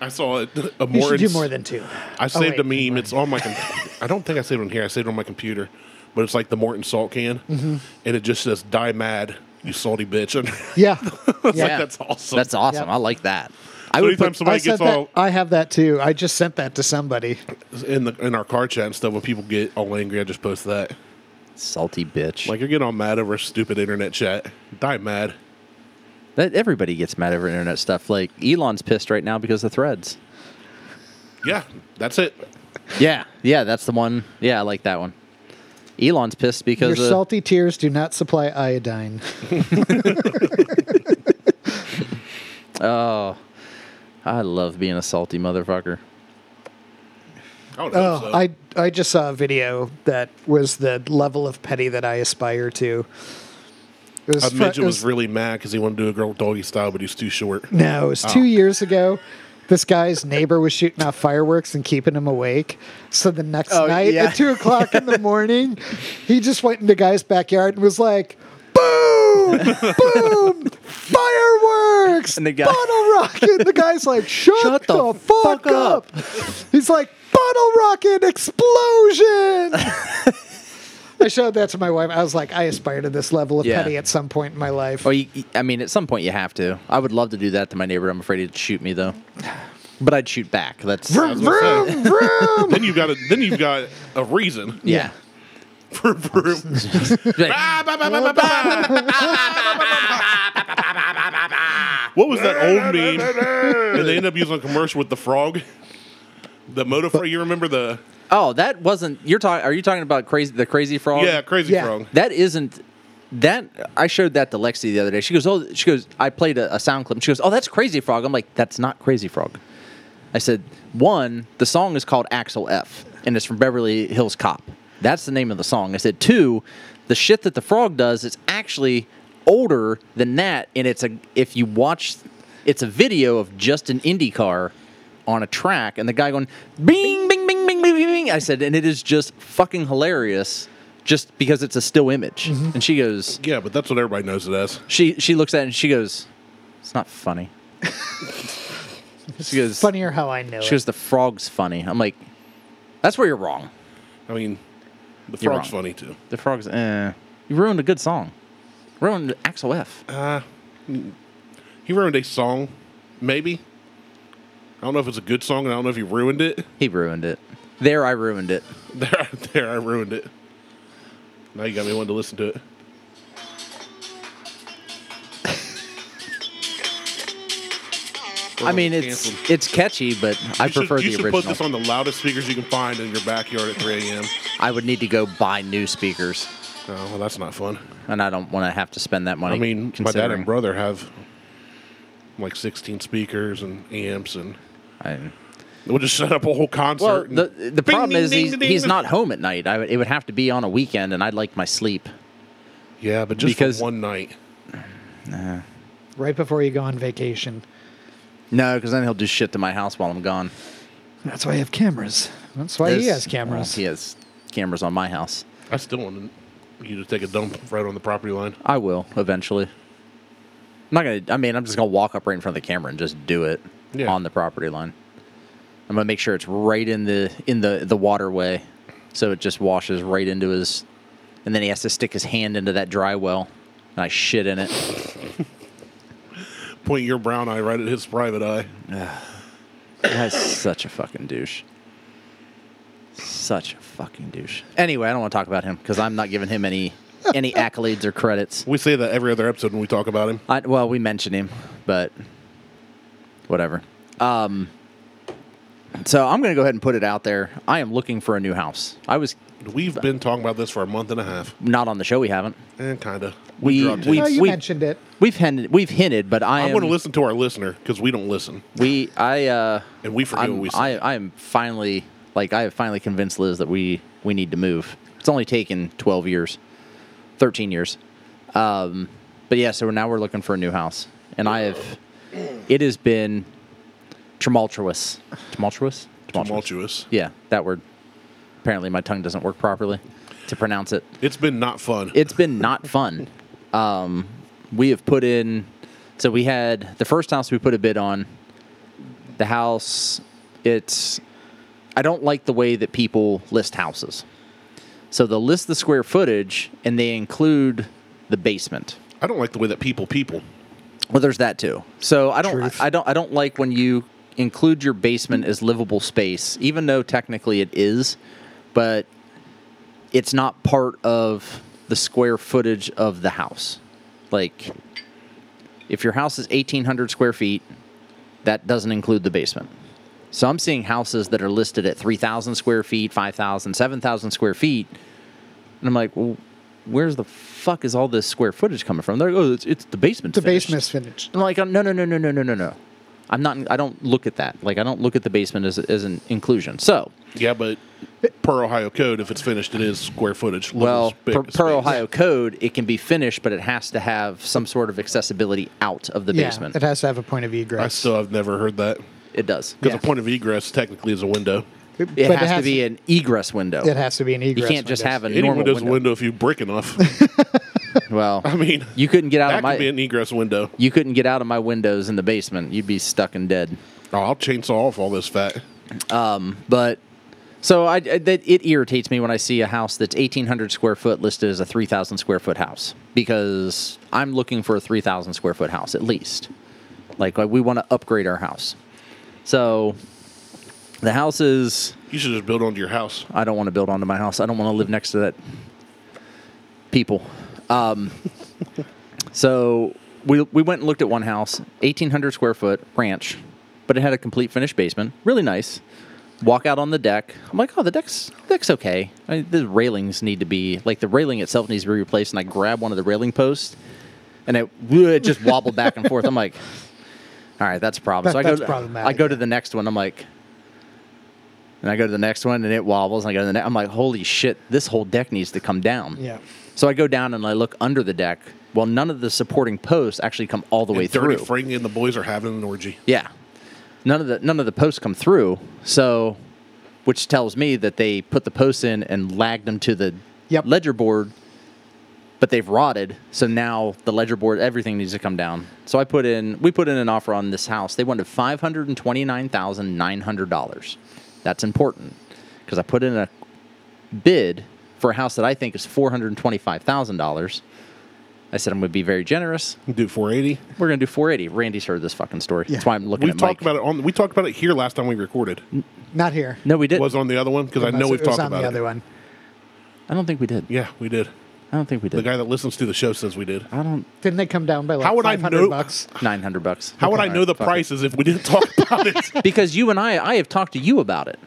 A: I saw it. A
C: You should do
A: ins-
C: more than two.
A: I saved
C: Oh, wait,
A: a meme. It's on my. Com- I don't think I saved it on here. I saved it on my computer, but it's like the Morton salt can,
C: Mm-hmm.
A: and it just says "Die mad, you salty bitch." [laughs] And
C: Yeah.
A: like,
C: yeah.
A: that's awesome.
B: That's awesome.
C: Yep.
B: I like that. I
A: so
B: would
A: anytime
B: put,
C: I
A: somebody
C: sent
A: gets
C: that.
A: all
C: I have that too. I just sent that to somebody.
A: in the in our car chat and stuff, when people get all angry, I just post that.
B: salty bitch.
A: Like
B: Like
A: you're getting all mad over stupid internet chat. Die mad.
B: that, everybody gets mad over internet stuff. Like Elon's pissed right now because of threads.
A: Yeah, that's it.
B: Yeah, yeah, that's the one. Yeah, I like that one. Elon's pissed
C: Your
B: because uh, of,
C: salty tears do not supply iodine.
B: oh, I love being a salty motherfucker.
A: I don't
C: Oh,
A: know.
C: I I just saw a video that was the level of petty that I aspire to. It was,
A: a
C: fr-
A: midget
C: it
A: was, really mad because he wanted to do a girl doggy style, but he's too
C: [laughs]
A: short.
C: no, it was
B: Oh.
C: two years ago. This guy's neighbor was shooting off fireworks and keeping him awake. So the next
B: Oh,
C: night
B: yeah.
C: at two
B: [laughs]
C: o'clock in the morning, he just went in the guy's backyard and was like, "Boom, boom, fireworks,
B: And the guy-
C: bottle rocket." The guy's like, "Shut,
B: Shut
C: the, fuck, up. He's like, "Bottle rocket explosion." I showed that to my wife. I was like, I aspire to this level of
B: Yeah.
C: petty at some point in my life.
B: Oh, you, you- I mean, at some point you have to. I would love to do that to my neighbor. I'm afraid he'd shoot me though. But I'd shoot back. That's
C: vroom,
A: was gonna
C: vroom, vroom.
A: then you got a, Then you've got a reason.
B: yeah.
A: [laughs] for vroom. [laughs] What was that old meme that they end up using on commercial with the frog? The motor frog. You remember the?
B: Oh, that wasn't. You're talking. Are you talking about crazy? The crazy frog.
A: Yeah, Crazy
C: Yeah.
A: Frog.
B: That isn't. That I showed that to Lexi the other day. She goes, "Oh, she goes." I played a, a sound clip. She goes, "Oh, that's Crazy Frog." I'm like, "That's not Crazy Frog." I said, "One, the song is called Axel F, and it's from Beverly Hills Cop. That's the name of the song." I said, two, the shit that the frog does is actually older than that, and it's a if you watch, it's a video of just an IndyCar on a track, and the guy going, "Bing, bing, bing, bing, bing, bing." bing." I said, and it is just fucking hilarious, just because it's a still image. And she goes,
A: Yeah, but that's what everybody knows it as.
B: she she looks at it and she goes, "It's not funny." she goes,
C: Funnier how I know
B: she
C: it.
B: goes, the frog's funny. I'm like, that's where you're wrong.
A: I mean, the
B: You're
A: frog's
B: wrong.
A: funny too.
B: The frog's, eh. You ruined a good song. Ruined Axel F.
A: He ruined a song, maybe. I don't know if it's a good song, and I don't know if he ruined it.
B: He ruined it. There, I ruined it.
A: [laughs] There, there, I ruined it. Now you got me wanting to listen to it.
B: I mean, it's
A: Canceled.
B: it's catchy, but I
A: You
B: prefer
A: should, you should
B: the
A: put
B: original.
A: this on the loudest speakers you can find in your backyard at 3
B: [laughs]
A: a.m.
B: I would need to go buy new speakers,
A: Oh, well, that's not fun.
B: and I don't want to have to spend that money.
A: I mean, my dad
B: considering
A: and brother have like 16 speakers and amps, and
B: I-
A: we'll just set up a whole concert.
B: well,
A: and
B: the the
A: Bing,
B: problem
A: ding,
B: is
A: ding,
B: he's,
A: ding,
B: he's
A: ding.
B: not home at night. I would, it would have to be on a weekend, and I'd like my sleep.
A: Yeah, but just
B: because-
A: for one night.
C: Right before you go on vacation.
B: No, because then he'll do shit to my house while I'm gone.
C: That's why I have cameras. That's why he
B: There's-
C: has cameras.
B: well, he has cameras on my house.
A: I still want you to take a dump right on the property line.
B: I will eventually. I'm not gonna. I mean, I'm just gonna walk up right in front of the camera and just do it
A: Yeah.
B: on the property line. I'm gonna make sure it's right in the in the the waterway, so it just washes right into his. And then he has to stick his hand into that dry well, and I shit in it.
A: Point your brown eye right at his private eye.
B: That's such a fucking douche. Such a fucking douche. Anyway, I don't want to talk about him because I'm not giving him any any accolades or credits.
A: We say that every other episode when we talk about him.
B: I, well, we mentioned him, but whatever. Um, so I'm going to go ahead and put it out there. I am looking for a new house. I was
A: We've been talking about this for a month and a half,
B: not on the show. We haven't.
A: and kind of.
B: We we
C: No, you
B: we
C: mentioned it.
B: we've hinted we've hinted, but
A: I
B: I am
A: want to listen to our listener because we don't listen,
B: we I uh
A: and we forget what
B: I'm,
A: we say.
B: I I am finally like I have finally convinced Liz that we we need to move. It's only taken 12 years, 13 years. Um, but yeah, so now we're looking for a new house, and I have it has been tumultuous, tumultuous,
A: Tumultuous.
B: Yeah, that word. Apparently, my tongue doesn't work properly to pronounce it
A: It's been not fun.
B: it's been not fun. Um, we have put in, so we had the first house we put a bid on. The house, it's, I don't like the way that people list houses. So they'll list the square footage and they include the basement.
A: I don't like the way that people people.
B: Well, there's that too. So I don't,
C: Truth.
B: I don't, I don't like when you include your basement as livable space, even though technically it is, but it's not part of the square footage of the house. Like, if your house is 1,800 square feet, that doesn't include the basement. So I'm seeing houses that are listed at 3,000 square feet, 5,000, 7,000 square feet. And I'm like, well, where's the fuck is all this square footage coming from? They're like, oh, it's, it's the basement.
C: The
B: finished."
C: basement is finished.
B: I'm like, no, no, no, no, no, no, no, no. I'm not. I don't look at that. Like, I don't look at the basement as, as an inclusion. So,
A: Yeah, but per Ohio code, if it's finished, it is square footage.
B: well,
A: Little bit
B: per,
A: of
B: per
A: space.
B: Ohio code, it can be finished, but it has to have some sort of accessibility out of the
C: Yeah,
B: basement.
C: it has to have a point of
A: I
C: egress.
A: still have never heard that
B: It does.
A: because
C: Yeah.
A: a point of egress technically is a window.
C: It,
B: It has to be an egress window.
C: It has to be an egress.
B: you can't just have a
A: Any
B: normal
A: window's
B: window.
A: a window if you brick enough.
B: [laughs] Well,
A: I mean,
B: you couldn't get out
A: that
B: of my
A: could be an egress window.
B: you couldn't get out of my windows in the basement. You'd be stuck and dead.
A: Oh, I'll chainsaw off all this fat.
B: But so I, I that it irritates me when I see a house that's eighteen hundred square foot listed as a three thousand square foot house because I'm looking for a three thousand square foot house at least. Like uh, we want to upgrade our house, so the house is.
A: You should just build onto your house.
B: I don't want to build onto my house. I don't want to live next to that people. Um, [laughs] so we we went and looked at one house, eighteen hundred square foot ranch, but it had a complete finished basement, really nice. walk out on the deck. I'm like, oh, the deck's deck's okay. I mean, the railings need to be like the railing itself needs to be replaced. And I grab one of the railing posts, and it, it just wobbled back and forth. I'm like, all right, that's a problem.
C: That-
B: so I go,
C: that's
B: to,
C: problematic,
B: I go to
C: yeah.
B: the next one. I'm like, and I go to the next one, and it wobbles. And I go to the next. I'm like, holy shit, this whole deck needs to come down.
C: Yeah.
B: So I go down and I look under the deck. Well, none of the supporting posts actually come all the way
A: Dirty
B: through.
A: Frank and the boys are having an orgy.
B: Yeah. None of the none of the posts come through. So, which tells me that they put the posts in and lagged them to the
C: Yep.
B: ledger board, but they've rotted. So now the ledger board, everything needs to come down. So I put in we put in an offer on this house. They wanted five hundred and twenty nine thousand nine hundred dollars. That's important because I put in a bid for a house that I think is four hundred and twenty five thousand dollars. I said I'm going to be very generous.
A: Do 480.
B: We're going to do 480. Randy's heard this fucking story. That's
C: Yeah.
B: why I'm looking
A: We
B: at
A: talked
B: Mike.
A: about it on. We talked about it here last time we recorded.
C: Not here.
B: No, we did.
A: was on the other one because I know
C: Unless
A: we've
C: it was
A: talked
C: on
A: about
C: the
A: it.
C: other one.
B: I don't think we did.
A: Yeah, we did.
B: I don't think we
A: The
B: did.
A: guy that listens to the show says we did.
B: I don't.
C: Didn't they come down by like
A: How would I
C: 500
A: know-
C: bucks?
B: Nine hundred bucks.
A: How would I
B: Alright,
A: know the
B: fuck
A: prices if we didn't talk
B: [laughs]
A: about it?
B: it. Because you and I, I have talked to you about it.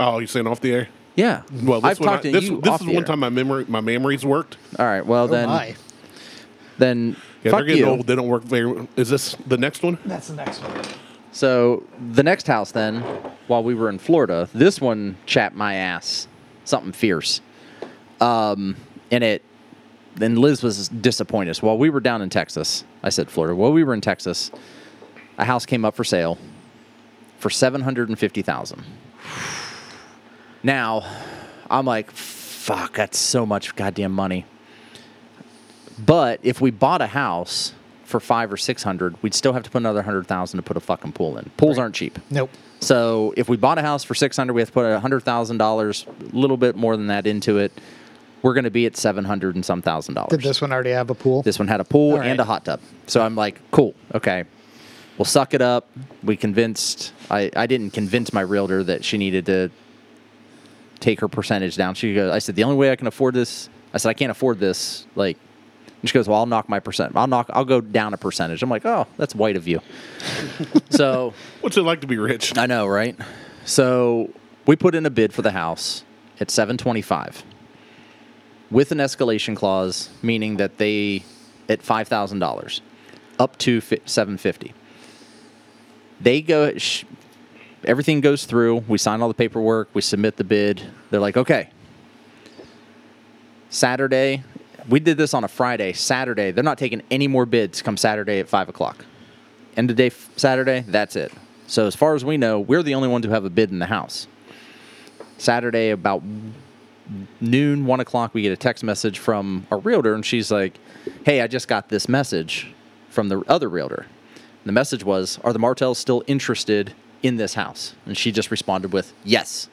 A: oh, you're saying off the air?
B: Yeah.
A: Well, this
B: I've
A: one,
B: talked
A: I,
B: to
A: this,
B: you.
A: this
B: off
A: is
B: the
A: one
B: air.
A: time my memory my memories worked.
B: All right. Well,
C: Oh
B: then,
C: my.
B: then
A: Yeah,
B: fuck
A: they're getting
B: you.
A: old. They don't work very. Is this the next one?
C: That's the next one.
B: So the next house, then, while we were in Florida, this one chapped my ass, something fierce. Um, and it, then Liz was disappointed. So while we were down in Texas, I said Florida. While we were in Texas, a house came up for sale for seven hundred and fifty thousand. Now, I'm like, fuck, that's so much goddamn money. But if we bought a house for five or six hundred, we'd still have to put another hundred thousand to put a fucking pool in. Pools aren't cheap.
C: Nope.
B: So if we bought a house for six hundred, we have to put hundred thousand dollars, a little bit more than that into it. We're going to be at seven hundred and some thousand dollars.
C: Did this one already have a pool?
B: This one had a pool
C: All right.
B: and a hot tub. So I'm like, cool, okay. We'll suck it up. We convinced I, I didn't convince my realtor that she needed to take her percentage down. She goes, I said, the only way I can afford this I said, I can't afford this. Like and she goes, Well, I'll knock my percent I'll knock I'll go down a percentage. I'm like, Oh, that's white of you. [laughs] so
A: What's it like to be rich?
B: I know, right? So we put in a bid for the house at 725 with an escalation clause, meaning that they at $5,000 up to fi- 750. They go sh- everything goes through, we sign all the paperwork, we submit the bid. They're like, "Okay. Saturday, we did this on a Friday. Saturday, they're not taking any more bids come Saturday at five o'clock end of day f- Saturday, that's it. So as far as we know, we're the only ones who have a bid in the house. Saturday about noon, one o'clock, we get a text message from a realtor, and she's like, "Hey, I just got this message from the other realtor." And the message was, "Are the Martells still interested in this house?" And she just responded with, "Yes."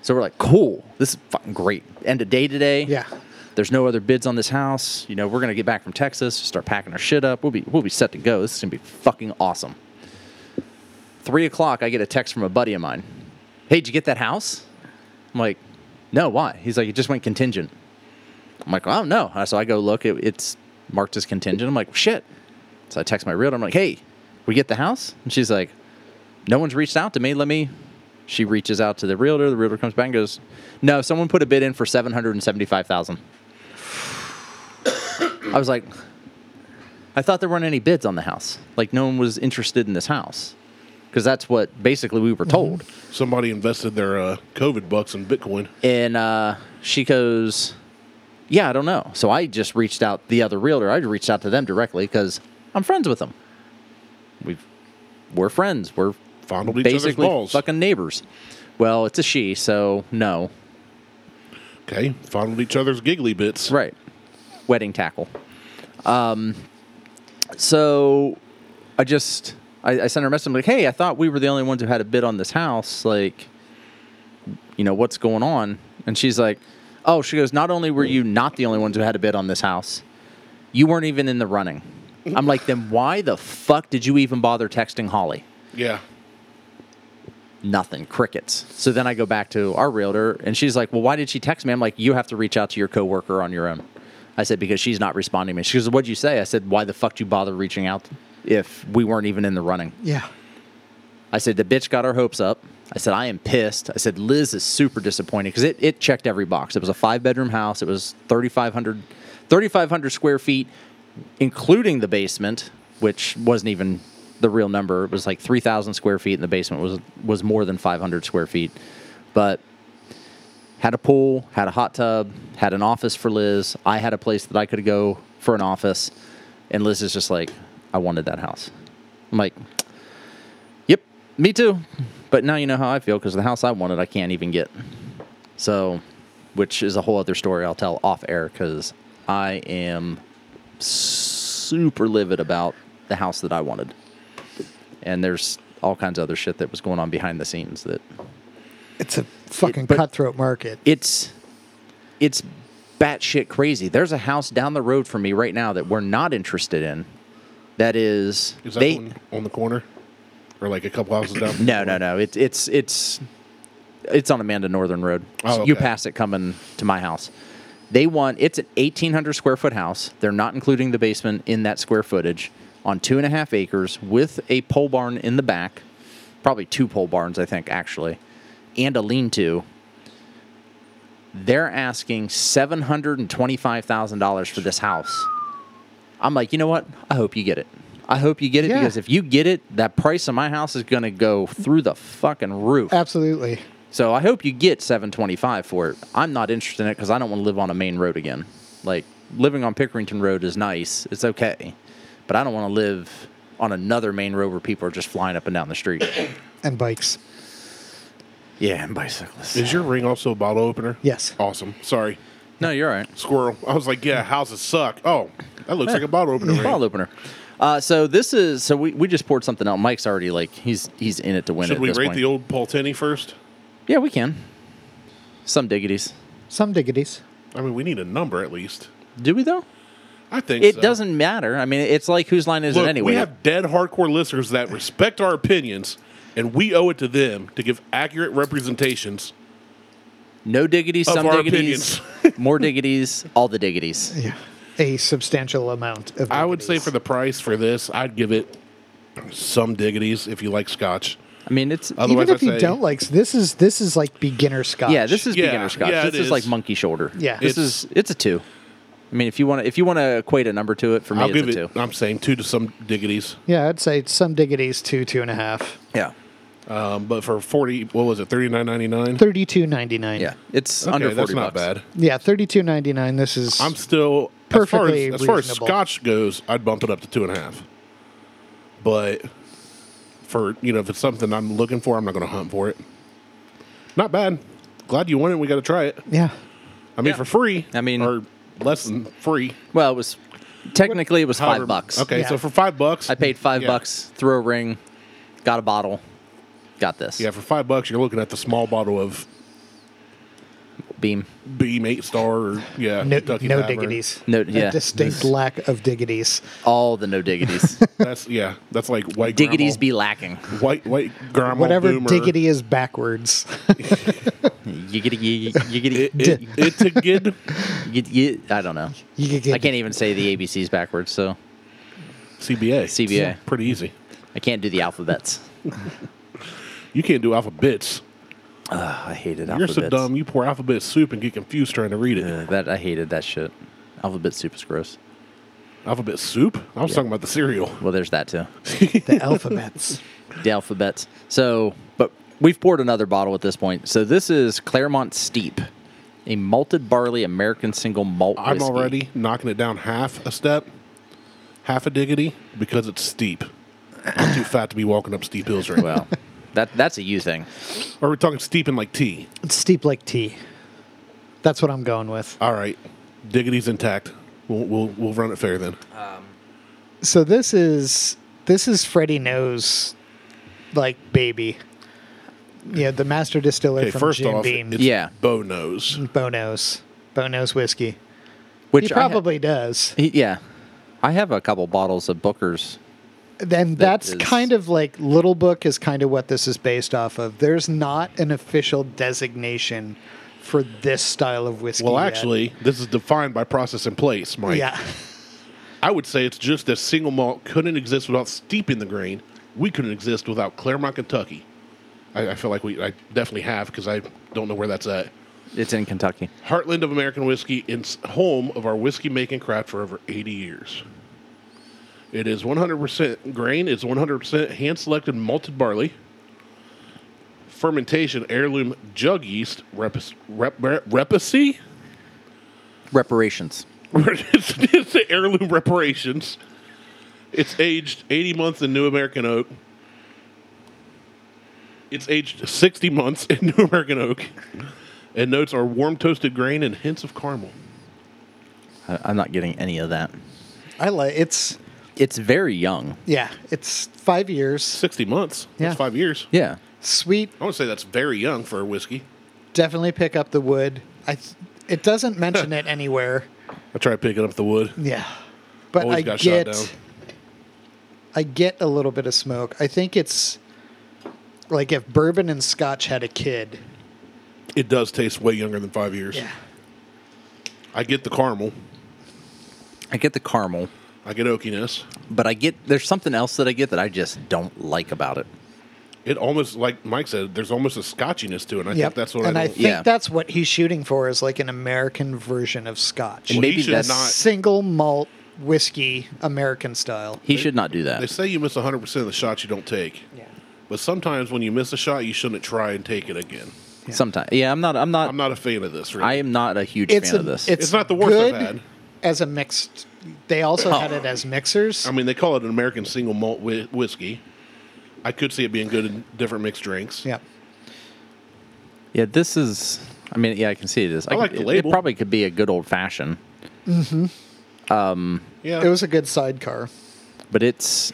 B: So we're like, "Cool, this is fucking great." End of day today.
C: Yeah.
B: There's no other bids on this house. You know, we're gonna get back from Texas, start packing our shit up. We'll be we'll be set to go. This is gonna be fucking awesome. Three o'clock, I get a text from a buddy of mine. Hey, did you get that house? I'm like, no, why? He's like, it just went contingent. I'm like, oh, I don't know. So I go look, it, it's marked as contingent. I'm like, shit. So I text my realtor. I'm like, hey, we get the house? And she's like, no one's reached out to me. Let me. She reaches out to the realtor. The realtor comes back and goes, no, someone put a bid in for 775000 I was like, I thought there weren't any bids on the house. Like, no one was interested in this house. Because that's what basically we were told.
A: Somebody invested their uh, COVID bucks in Bitcoin.
B: And uh, she goes, Yeah, I don't know. So I just reached out the other realtor. I reached out to them directly because I'm friends with them. We've, we're friends. We're
A: Fondled each other's
B: basically
A: balls.
B: fucking neighbors. Well, it's a she, so no.
A: Okay, fondled each other's giggly bits.
B: Right. Wedding tackle. Um, so I just I, I sent her a message I'm like, hey, I thought we were the only ones who had a bid on this house. Like, you know, what's going on? And she's like, oh, she goes, not only were you not the only ones who had a bid on this house, you weren't even in the running. I'm like, then why the fuck did you even bother texting Holly?
A: Yeah.
B: nothing, crickets. So then I go back to our realtor, and she's like, "Well, why did she text me?" I'm like, "You have to reach out to your coworker on your own." I said because she's not responding to me. She goes, "What'd you say?" I said, "Why the fuck do you bother reaching out if we weren't even in the running?"
C: Yeah.
B: I said the bitch got our hopes up. I said, I am pissed. I said, Liz is super disappointed because it, it checked every box. It was a five bedroom house, it was 3,500 3,500 square feet, including the basement, which wasn't even the real number. It was like 3,000 square feet, and the basement was, was more than 500 square feet. But had a pool, had a hot tub, had an office for Liz. I had a place that I could go for an office. And Liz is just like, I wanted that house. I'm like, yep, me too. But now you know how I feel because the house I wanted, I can't even get. So, which is a whole other story I'll tell off air because I am super livid about the house that I wanted. And there's all kinds of other shit that was going on behind the scenes that
C: It's a fucking
B: but-
C: cutthroat market.
B: it's it's batshit crazy. There's a house down the road from me right now that we're not interested in. That is,
A: Is that
B: they
A: one on the corner, or like a couple houses down?
B: no no no. It's it's it's it's on Amanda Northern Road.
A: Oh,
B: You
A: okay.
B: pass it coming to my house. They want it's an 1,800 square foot house. They're not including the basement in that square footage on two and a half acres with a pole barn in the back, probably two pole barns I think actually, and a lean-to. they're asking seven hundred and twenty-five thousand dollars for this house. I'm like, you know what? I hope you get it. I hope you get it
C: Yeah.
B: because if you get it, that price of my house is gonna go through the fucking roof.
C: Absolutely.
B: So I hope you get seven twenty-five for it. I'm not interested in it because I don't want to live on a main road again. Like living on Pickerington Road is nice. It's okay, but I don't want to live on another main road where people are just flying up and down the street.
C: And bikes.
B: [coughs] yeah, and bicyclists.
A: Is your ring also a bottle opener?
C: Yes.
A: Awesome. Sorry,
B: No, you're all right.
A: squirrel. I was like, yeah, houses suck. Oh, that looks like a bottle opener. ring.
B: Bottle opener. Uh, so this is so we, we just poured something out. Mike's already like he's he's in it to win. it
A: Should
B: at
A: we
B: this
A: rate
B: point.
A: the old Paul Tenney first?
B: Yeah, we can. Some diggities.
C: Some diggities.
A: I mean, we need a number at least.
B: Do we though?
A: I think
B: It
A: so.
B: doesn't matter. I mean, it's like whose line is
A: Look,
B: it anyway?
A: we have dead hardcore listeners that respect our opinions, and we owe it to them to give accurate representations.
B: no diggities,
A: Of
B: some
A: our
B: diggities,
A: [laughs]
B: more diggities, all the diggities.
C: Yeah. A substantial amount of.
A: I would say
C: diggities.
A: for the price for this, I'd give it some diggities if you like Scotch.
B: I mean, it's
A: Otherwise,
C: Even if
A: I
C: you
A: say-
C: don't like this is this is like beginner scotch.
B: yeah, this is
A: Yeah,
B: beginner scotch.
A: yeah,
B: this
A: it
B: is. like
A: is.
B: monkey shoulder.
C: Yeah.
B: this
A: It's-
B: is it's a two. I mean, if you want to if you want to equate a number to it for me,
A: I'll
B: it's
A: give
B: a
A: it.
B: two.
A: I'm saying two to some diggities,
C: Yeah, I'd say some diggities two, two and a half.
B: Yeah,
A: um, but for forty, what was it? Thirty nine ninety nine.
C: Thirty two ninety nine.
B: yeah, it's
A: Okay,
B: under
A: that's
B: forty
A: not
B: bucks.
A: bad.
C: Yeah, thirty two ninety nine. This is
A: I'm still
C: Perfectly
A: as far as, as far
C: reasonable.
A: as Scotch goes, I'd bump it up to two and a half. But for you know, if it's something I'm looking for, I'm not going to hunt for it. Not bad. Glad you won it. We got to try it.
C: yeah.
A: I mean,
B: Yeah.
A: for free.
B: I mean-
A: or less than free.
B: Well, it was technically it was
A: However-
B: five bucks.
A: Okay,
C: Yeah.
A: so for five bucks,
B: I paid five
A: Yeah.
B: bucks, threw a ring, got a bottle, got this.
A: Yeah, for five bucks, you're looking at the small bottle of
B: Beam.
A: Beam Eight Star or yeah,
C: No,
A: Kentucky
C: no
A: Tavern.
C: diggities.
B: No-
C: A
B: yeah.
C: distinct lack of diggities.
B: All the no
A: [laughs]
B: diggities.
A: That's yeah, that's like white
B: diggities
A: grandma,
B: be lacking.
A: white white grandma
C: Whatever
A: boomer.
C: diggity is backwards.
B: You get you get
A: It, it's a good.
B: I don't know.
C: you could get
B: I can't even say the ABCs backwards, so [laughs]
A: CBA.
B: CBA.
A: Pretty easy.
B: I can't do the alphabets.
A: You can't do alphabets.
B: [sighs] I hated
A: You're
B: alphabets.
A: so dumb. You pour alphabet soup and get confused trying to read it.
B: Uh, That I hated that shit. Alphabet soup is gross.
A: Alphabet soup? I was talking about the cereal.
B: Well, there's that too.
C: the alphabets.
B: The alphabets. So, but we've poured another bottle at this point. So this is Claremont Steep, a malted barley American single malt.
A: I'm
B: whiskey.
A: already knocking it down half a step, half a diggity because it's steep. I'm too fat to be walking up steep hills right now. [laughs]
B: Well, that that's a you thing.
A: Or we're talking steep and like tea.
C: It's steep like tea. That's what I'm going with.
A: All right, diggity's intact. We'll we'll, we'll run it fair then.
C: So this is this is Freddie Knows like baby. Yeah, the master distiller
A: Okay,
C: from
A: first
C: Jim
A: off,
C: Beam.
A: it's
B: Yeah.
A: Bo knows.
C: Bonos. Bonos whiskey.
B: Which
C: He
B: I ha-
C: probably does.
B: He- yeah, I have a couple bottles of Booker's.
C: And that's
B: is-
C: kind of like Little Book is kind of what this is based off of. There's not an official designation for this style of whiskey.
A: Well,
C: yet.
A: actually, this is defined by process in place, Mike.
C: yeah,
A: I would say it's just that single malt couldn't exist without steeping the grain. We couldn't exist without Claremont, Kentucky. I, I feel like we I definitely have because I don't know where that's at.
B: It's in Kentucky.
A: Heartland of American Whiskey, in home of our whiskey making craft for over 80 years. It is 100% grain, it's 100% hand selected malted barley. Fermentation, heirloom jug yeast, repis, rep, rep, repacy?
B: Reparations.
A: it's, [laughs] it's the heirloom reparations. It's aged 80 months in New American Oak. It's aged 60 months in [laughs] New American Oak. And notes are warm toasted grain and hints of caramel.
B: I, I'm not getting any of that.
C: I like it's
B: It's very young.
C: yeah, it's five years.
A: 60 months.
C: Yeah.
A: That's five years.
B: Yeah.
C: Sweet,
A: I want to say that's very young for a whiskey.
C: definitely pick up the wood. I th- it
A: [laughs]
C: doesn't mention it anywhere.
A: I try picking up the wood.
C: Yeah, but
A: Always
C: I
A: got shot
C: get
A: down.
C: I get a little bit of smoke. I think it's like if bourbon and scotch had a kid.
A: It does taste way younger than five years. I get the caramel.
B: I get the caramel,
A: I get oakiness.
B: but I get there's something else that I get that I just don't like about it.
A: It almost, like Mike said, there's almost a scotchiness to it. And I
C: Yep.
A: think that's what
C: and
A: I,
C: I
A: don't-
C: think
B: Yeah.
C: that's what he's shooting for is like an American version of scotch.
A: Well,
B: maybe
A: you should
B: that's-
A: not.
C: Single malt whiskey, American style.
B: He should not do
A: They
B: that.
A: say you miss 100% of the shots you don't take.
C: Yeah.
A: But sometimes when you miss a shot, you shouldn't try and take it again.
B: Sometimes. Yeah, I'm not I'm not
A: I'm not a fan of this, really.
B: I am not a huge
C: It's
B: fan
C: a,
B: of this.
A: It's not the worst I've
C: good
A: had.
C: As a mixed, they also
B: Oh.
C: had it as mixers.
A: I mean, they call it an American single malt whi- whiskey. I could see it being good in different mixed drinks.
C: yeah,
B: yeah, this is I mean, yeah, I can see it is. I,
A: like
B: could-
A: the
B: it-
A: label.
B: It probably could be a good old fashioned,
A: Yeah.
C: it was a good sidecar.
B: but it's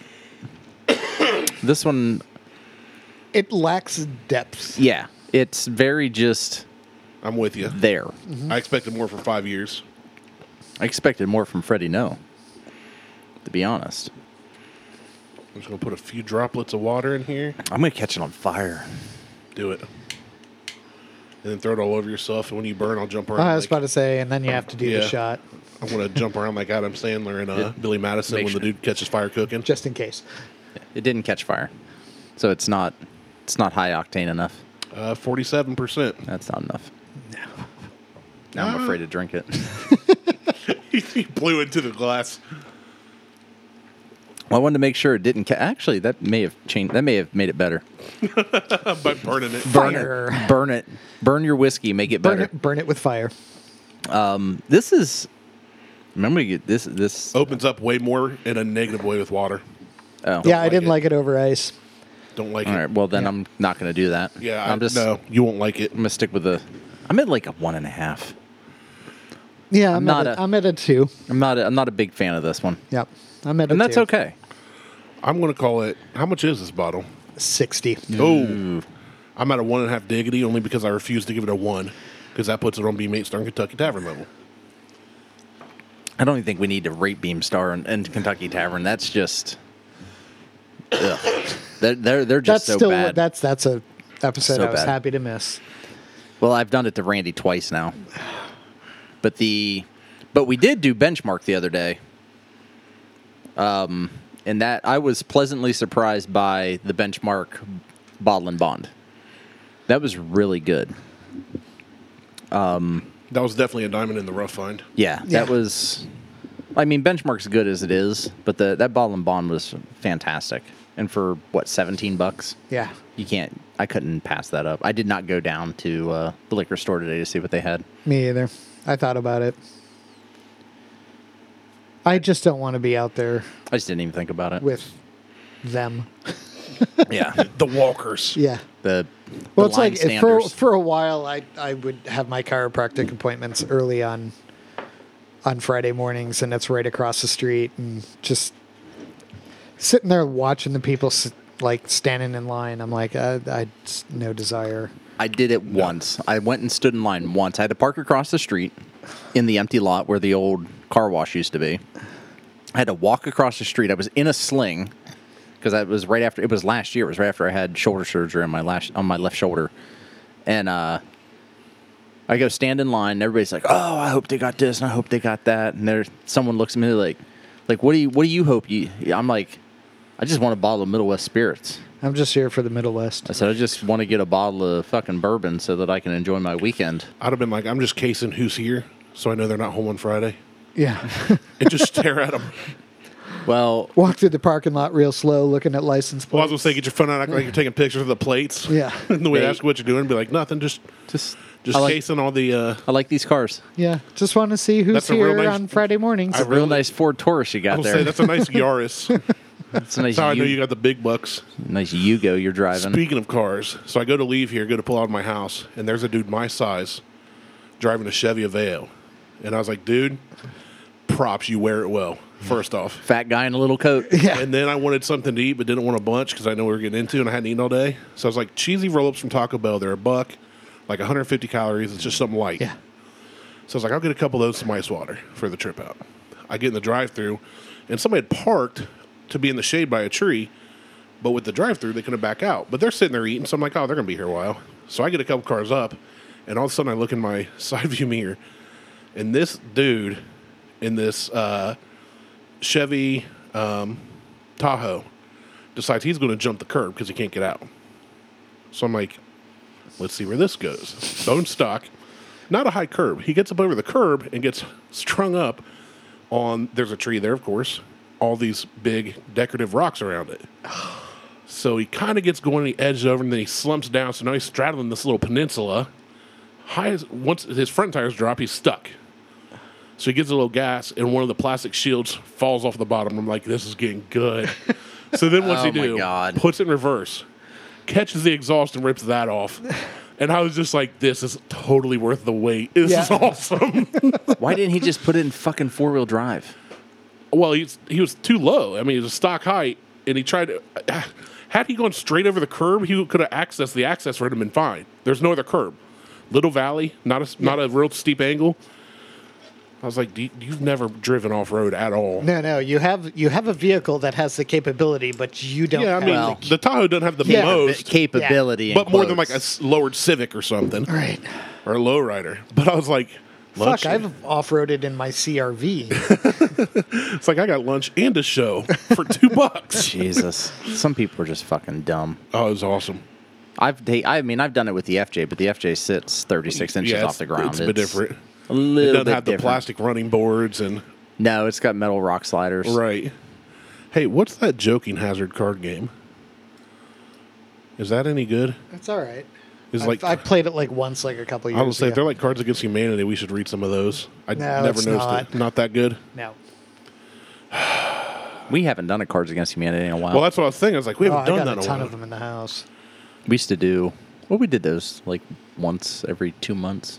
B: [coughs] this one
C: It lacks depth.
B: yeah, it's very just
A: I'm with you.
B: there.
A: I expected more for five years.
B: I expected more from Freddie No. To be honest.
A: I'm just going to put a few droplets of water in here.
B: I'm gonna catch it on fire.
A: Do it. And then throw it all over yourself. And when you burn, I'll jump around.
C: Uh, I was
A: like-
C: about to say, and then you have to do
A: Yeah.
C: the shot
A: I'm going to jump around like Adam Sandler and uh, Billy Madison
B: Make
A: when the
B: sure.
A: dude catches fire cooking.
C: just in case.
B: It didn't catch fire. So it's not it's not high octane enough.
A: Uh, 47%.
B: That's not enough. No.
C: Mm.
B: Now I'm afraid to drink it.
A: [laughs]
B: [laughs]
A: he blew into the glass.
B: Well, I wanted to make sure it didn't. Ca- Actually, that may have changed. That may have made it better.
A: by burning it.
B: Burn
C: Fire.
B: it. Burn it. Burn your whiskey. Make it
C: Burn
B: better.
C: it, burn it with fire.
B: This is. Remember, you- this this. Oh,
A: Opens up way more in a negative way with water.
C: yeah, I
A: like
C: didn't
A: it.
C: like it over ice.
A: Don't like
B: All
A: it.
B: right. Well, then
C: Yeah.
B: I'm not going to do that.
A: Yeah,
B: I'm
A: I,
B: just.
A: no, you won't like it.
B: I'm gonna stick with the. I'm at like a one and a half.
C: Yeah, I'm,
B: not
C: at a,
B: a-
C: I'm at a two.
B: I'm not. A, I'm not a big fan of this one,
C: Yep, I'm at a
B: and that's
C: two.
B: okay.
A: I'm going to call it. How much is this bottle?
C: Sixty.
B: Mm.
A: Oh, I'm at a one and a half diggity only because I refuse to give it a one because that puts it on B Mate Stern Kentucky Tavern level.
B: I don't even think we need to rate Beam Star and, and Kentucky Tavern. That's just. Ugh. They're, they're they're
C: That's
B: just so
C: still
B: bad.
C: that's that's a episode
B: So
C: I was
B: bad.
C: happy to miss.
B: Well, I've done it to Randy twice now. But the but we did do benchmark the other day. Um and that I was pleasantly surprised by the benchmark bottle and bond. That was really good.
A: That was definitely a diamond in the rough find.
B: Yeah,
C: Yeah.
B: that was I mean benchmark's good as it is, but the that bottle and bond was fantastic. And for what, seventeen bucks?
C: Yeah,
B: You can't I couldn't pass that up. I did not go down to uh, the liquor store today to see what they had.
C: me either. I thought about it. I just don't want to be out there
B: I just didn't even think about it.
C: with them. [laughs]
B: yeah.
A: The Walkers.
C: Yeah.
B: the the
C: Well, it's
B: line
C: like if for
B: standers.
C: for a while, I I would have my chiropractic appointments early on on Friday mornings, and it's right across the street, and just sitting there watching the people s- like standing in line. I'm like, I, I no desire.
B: I did it once. I went and stood in line once. I had to park across the street in the empty lot where the old car wash used to be. I had to walk across the street. I was in a sling because that was right after. It was last year. It was right after I had shoulder surgery on my last on my left shoulder, and uh, I go stand in line. And everybody's like, "Oh, I hope they got this, and I hope they got that." And there's someone looks at me like, "Like, what do you what do you hope you?" I'm like, I just want a bottle of Middle West spirits.
C: I'm just here for the Middle West.
B: I said I just want to get a bottle of fucking bourbon so that I can enjoy my weekend.
A: I'd have been like, I'm just casing who's here, so I know they're not home on Friday,
C: Yeah. [laughs]
A: and
B: [laughs]
A: just stare at them.
B: Well,
C: Walk through the parking lot real slow, looking at license
A: Well, I
C: plates.
A: was gonna say, get your phone out, act like you're taking pictures of the plates.
C: Yeah.
A: [laughs] and the way they
B: They-
A: ask what you're doing, be like, nothing, just
B: just
A: just
B: I like,
A: casing all the. Uh,
B: I like these cars.
C: yeah. Just want to see who's
A: That's a real
C: here
A: nice-
C: on Friday mornings.
A: I-
B: Real
A: Oh, Really?
B: nice Ford Taurus you
A: I
B: got
A: will
B: there.
A: say that's a
B: [laughs]
A: nice Yaris.
B: That's a nice,
A: That's how I know
B: Yu-
A: you got the big bucks.
B: nice Yugo you're driving.
A: Speaking of cars, so I go to leave here, go to pull out of my house, and there's a dude my size driving a Chevy Aveo, and I was like, dude, props, you wear it well. First off.
B: Fat guy in a little
A: [laughs]
B: coat.
C: [laughs] yeah.
A: And then I wanted something to eat, but didn't want a bunch because I know we were getting into, and I hadn't eaten all day. So I was like, cheesy roll-ups from Taco Bell. They're a buck, like 150 calories. It's just something light.
C: Yeah.
A: So I was like, I'll get a couple of those, some ice water for the trip out. I get in the drive-through, and somebody had parked to be in the shade by a tree, but with the drive-through, they couldn't back out. But they're sitting there eating, so I'm like, oh, they're gonna be here a while. So I get a couple cars up, and all of a sudden I look in my [laughs] side view mirror, and this dude in this uh, Chevy um, Tahoe decides he's going to jump the curb because he can't get out. So I'm like, let's see where this goes. Bone stock, not a high curb. He gets up over the curb and gets strung up on, there's a tree there, of course, all these big decorative rocks around it. So he kind of gets going, he edges over, and then he slumps down. So now he's straddling this little peninsula. High as, once his front tires drop, he's stuck. So he gives it a little gas, and one of the plastic shields falls off the bottom. I'm like, this is getting good.
B: [laughs]
A: so then what's he
B: Oh my
A: do?
B: God.
A: Puts it in reverse, catches the exhaust, and rips that
C: [laughs]
A: off. And I was just like, this is totally worth the wait. This is
C: Yeah. [laughs]
A: awesome.
B: Why didn't he just put it in fucking four wheel drive?
A: Well, he's, he was too low. I mean, he was stock height, and he tried to. [sighs] Had he gone straight over the curb, he could have accessed the access road and been fine. There's no other curb. Little Valley, not a, not a real steep angle. I was like, do you, you've never driven off road at all.
C: No, no. You have you have a vehicle that has the capability, but you don't.
A: Yeah, I
C: have
A: mean,
B: Well-
A: the Tahoe doesn't have the
C: Yeah, but
A: most,
B: Uh, Capability, in
A: but more than like
B: quotes.
A: a s- lowered Civic or something,
C: Right.
A: or a lowrider. But I was like, lunch.
C: Fuck, I've off-roaded in
A: [laughs]
C: my CRV.
A: it's like I got lunch and a show for
C: [laughs]
A: two bucks. [laughs]
B: Jesus. Some people are just fucking dumb.
A: Oh, it was awesome.
B: I've ta- I mean I've done it with the FJ, but the FJ sits 36 inches
A: it's-
B: off the ground.
A: It's a bit different.
B: A
A: It
B: little
A: doesn't
B: bit
A: have
B: different.
A: the plastic running boards and
B: No, it's got metal rock sliders.
A: right. Hey, what's that joking hazard card game? Is that any good?
C: That's all right.
A: Is
C: I've-
A: like
C: I
A: I,
C: played it like once, like a couple years
A: would say if
C: ago.
A: they're like Cards Against Humanity. We should read some of those. I
C: No,
A: never
C: it's
A: noticed
C: not.
A: it. Not that good.
C: no,
B: We haven't done a Cards Against Humanity in a while.
A: Well, that's what I was thinking. I was like, we
C: oh,
A: haven't done
C: I got
A: that
C: a
A: in a
C: ton
A: while.
C: of them in the house.
B: we used to do. Well, we did those like once every two months.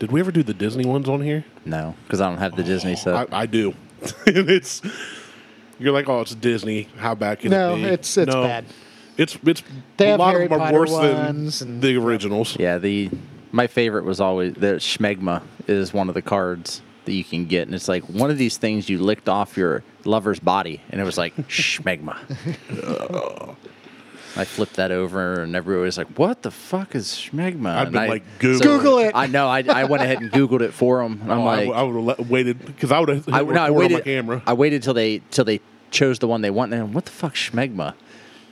A: Did we ever do the Disney ones on here?
B: No, because I don't have the Disney set.
A: I, I do. [laughs] and it's you're like, oh, it's Disney. How bad can
C: No,
A: it be?
C: it's- it's bad.
A: It's it's
C: They
A: a
C: have
A: lot
C: Harry
A: of them are
C: Potter
A: worse
C: ones
A: than
C: and-
A: the originals.
B: yeah, the my favorite was always the Schmegma is one of the cards that you can get, and it's like one of these things you licked off your lover's body, and it was like [laughs]
A: [laughs]
B: Schmegma. I flipped that over, and everybody was like, "What the fuck is Schmegma?"
A: I've
B: And
A: been
B: I-
A: like, Google,
C: Google it.
B: I know. I, I went ahead and Googled it for him. I'm
A: Oh,
B: like,
A: I, would have waited because I would have
B: I, no, I waited.
A: on my camera.
B: I waited till they till they chose the one they want. And I'm, what the fuck, Schmegma?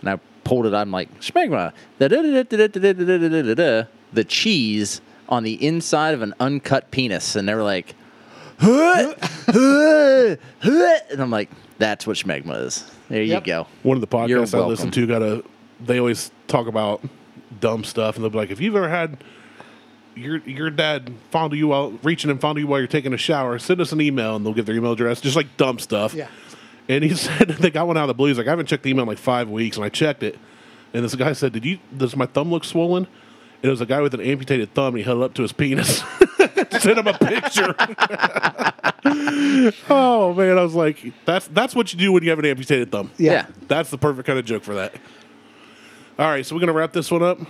B: And I pulled it. I'm like Schmegma. da-da-da-da-da-da-da-da-da-da-da-da, The cheese on the inside of an uncut penis, and they were like, "Huh? Huh? Huh?" and I'm like, that's what Schmegma is. There
C: Yep.
B: you go.
A: One of the
B: You're
A: podcasts I
B: welcome.
A: listen to got a. They always talk about dumb stuff, and they'll be like, "If you've ever had your your dad fondle you while reaching and fondle you while you're taking a shower, send us an email, and they'll give their email address, just like dumb stuff."
C: Yeah.
A: And he [laughs] said they got one out of the blue. He's like, "I haven't checked the email in like five weeks," and I checked it, and this guy said, "Did you? Does my thumb look swollen?" And it was a guy with an amputated thumb. And he held it up to his penis. [laughs] Sent him a picture. [laughs] oh man, I was like, "That's that's what you do when you have an amputated thumb."
C: Yeah.
B: Yeah.
A: That's the perfect kind of joke for that. All right, so we're gonna wrap this one up.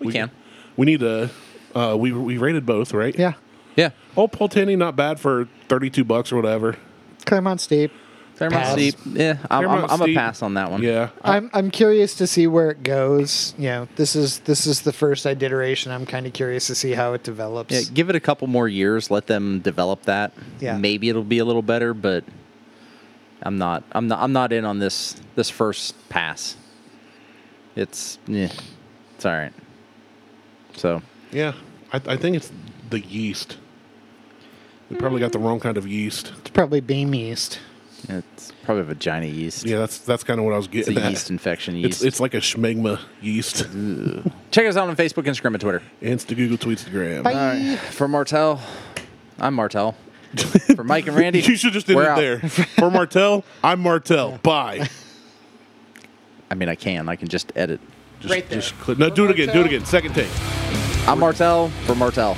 B: We, can.
A: We need to. Uh, we we rated both, right?
C: Yeah,
B: Yeah.
A: Old Paul Tanny, not bad for thirty-two bucks or whatever.
C: Claremont Steep.
B: Fairmont
C: Pass.
B: Steep. Yeah, I'm, I'm,
A: Paramount
B: I'm a
A: Steep.
B: pass on that one.
A: Yeah, I,
C: I'm I'm curious to see where it goes. You know, this is this is the first iteration. I'm kind of curious to see how it develops.
B: Yeah, give it a couple more years. Let them develop that.
C: Yeah.
B: Maybe it'll be a little better, but I'm not. I'm not. I'm not in on this. This first pass. It's. Yeah. It's all right. So
A: Yeah, I, I think it's the yeast. We probably got the wrong kind of yeast.
C: It's probably beam yeast.
B: it's probably vagina yeast.
A: Yeah, that's that's kind of what I was
B: It's a
A: getting [laughs] at.
B: yeast infection. Yeast. Mm-hmm.
A: It's, it's like a schmegma yeast.
B: Check us out on Facebook, Instagram, and Twitter.
A: Insta Google tweets the gram.
C: Bye.
B: For Martel, I'm Martel. For Mike and
A: [laughs] [laughs]
B: Randy,
A: You should just end
B: we're
A: it
B: out.
A: there. For Martel, I'm Martel.
B: [laughs]
A: Bye.
B: I mean, I can. I can just edit.
A: Just,
C: Right there.
A: just click- no, do it again. Do it again. Second take.
B: I'm Martel for Martel.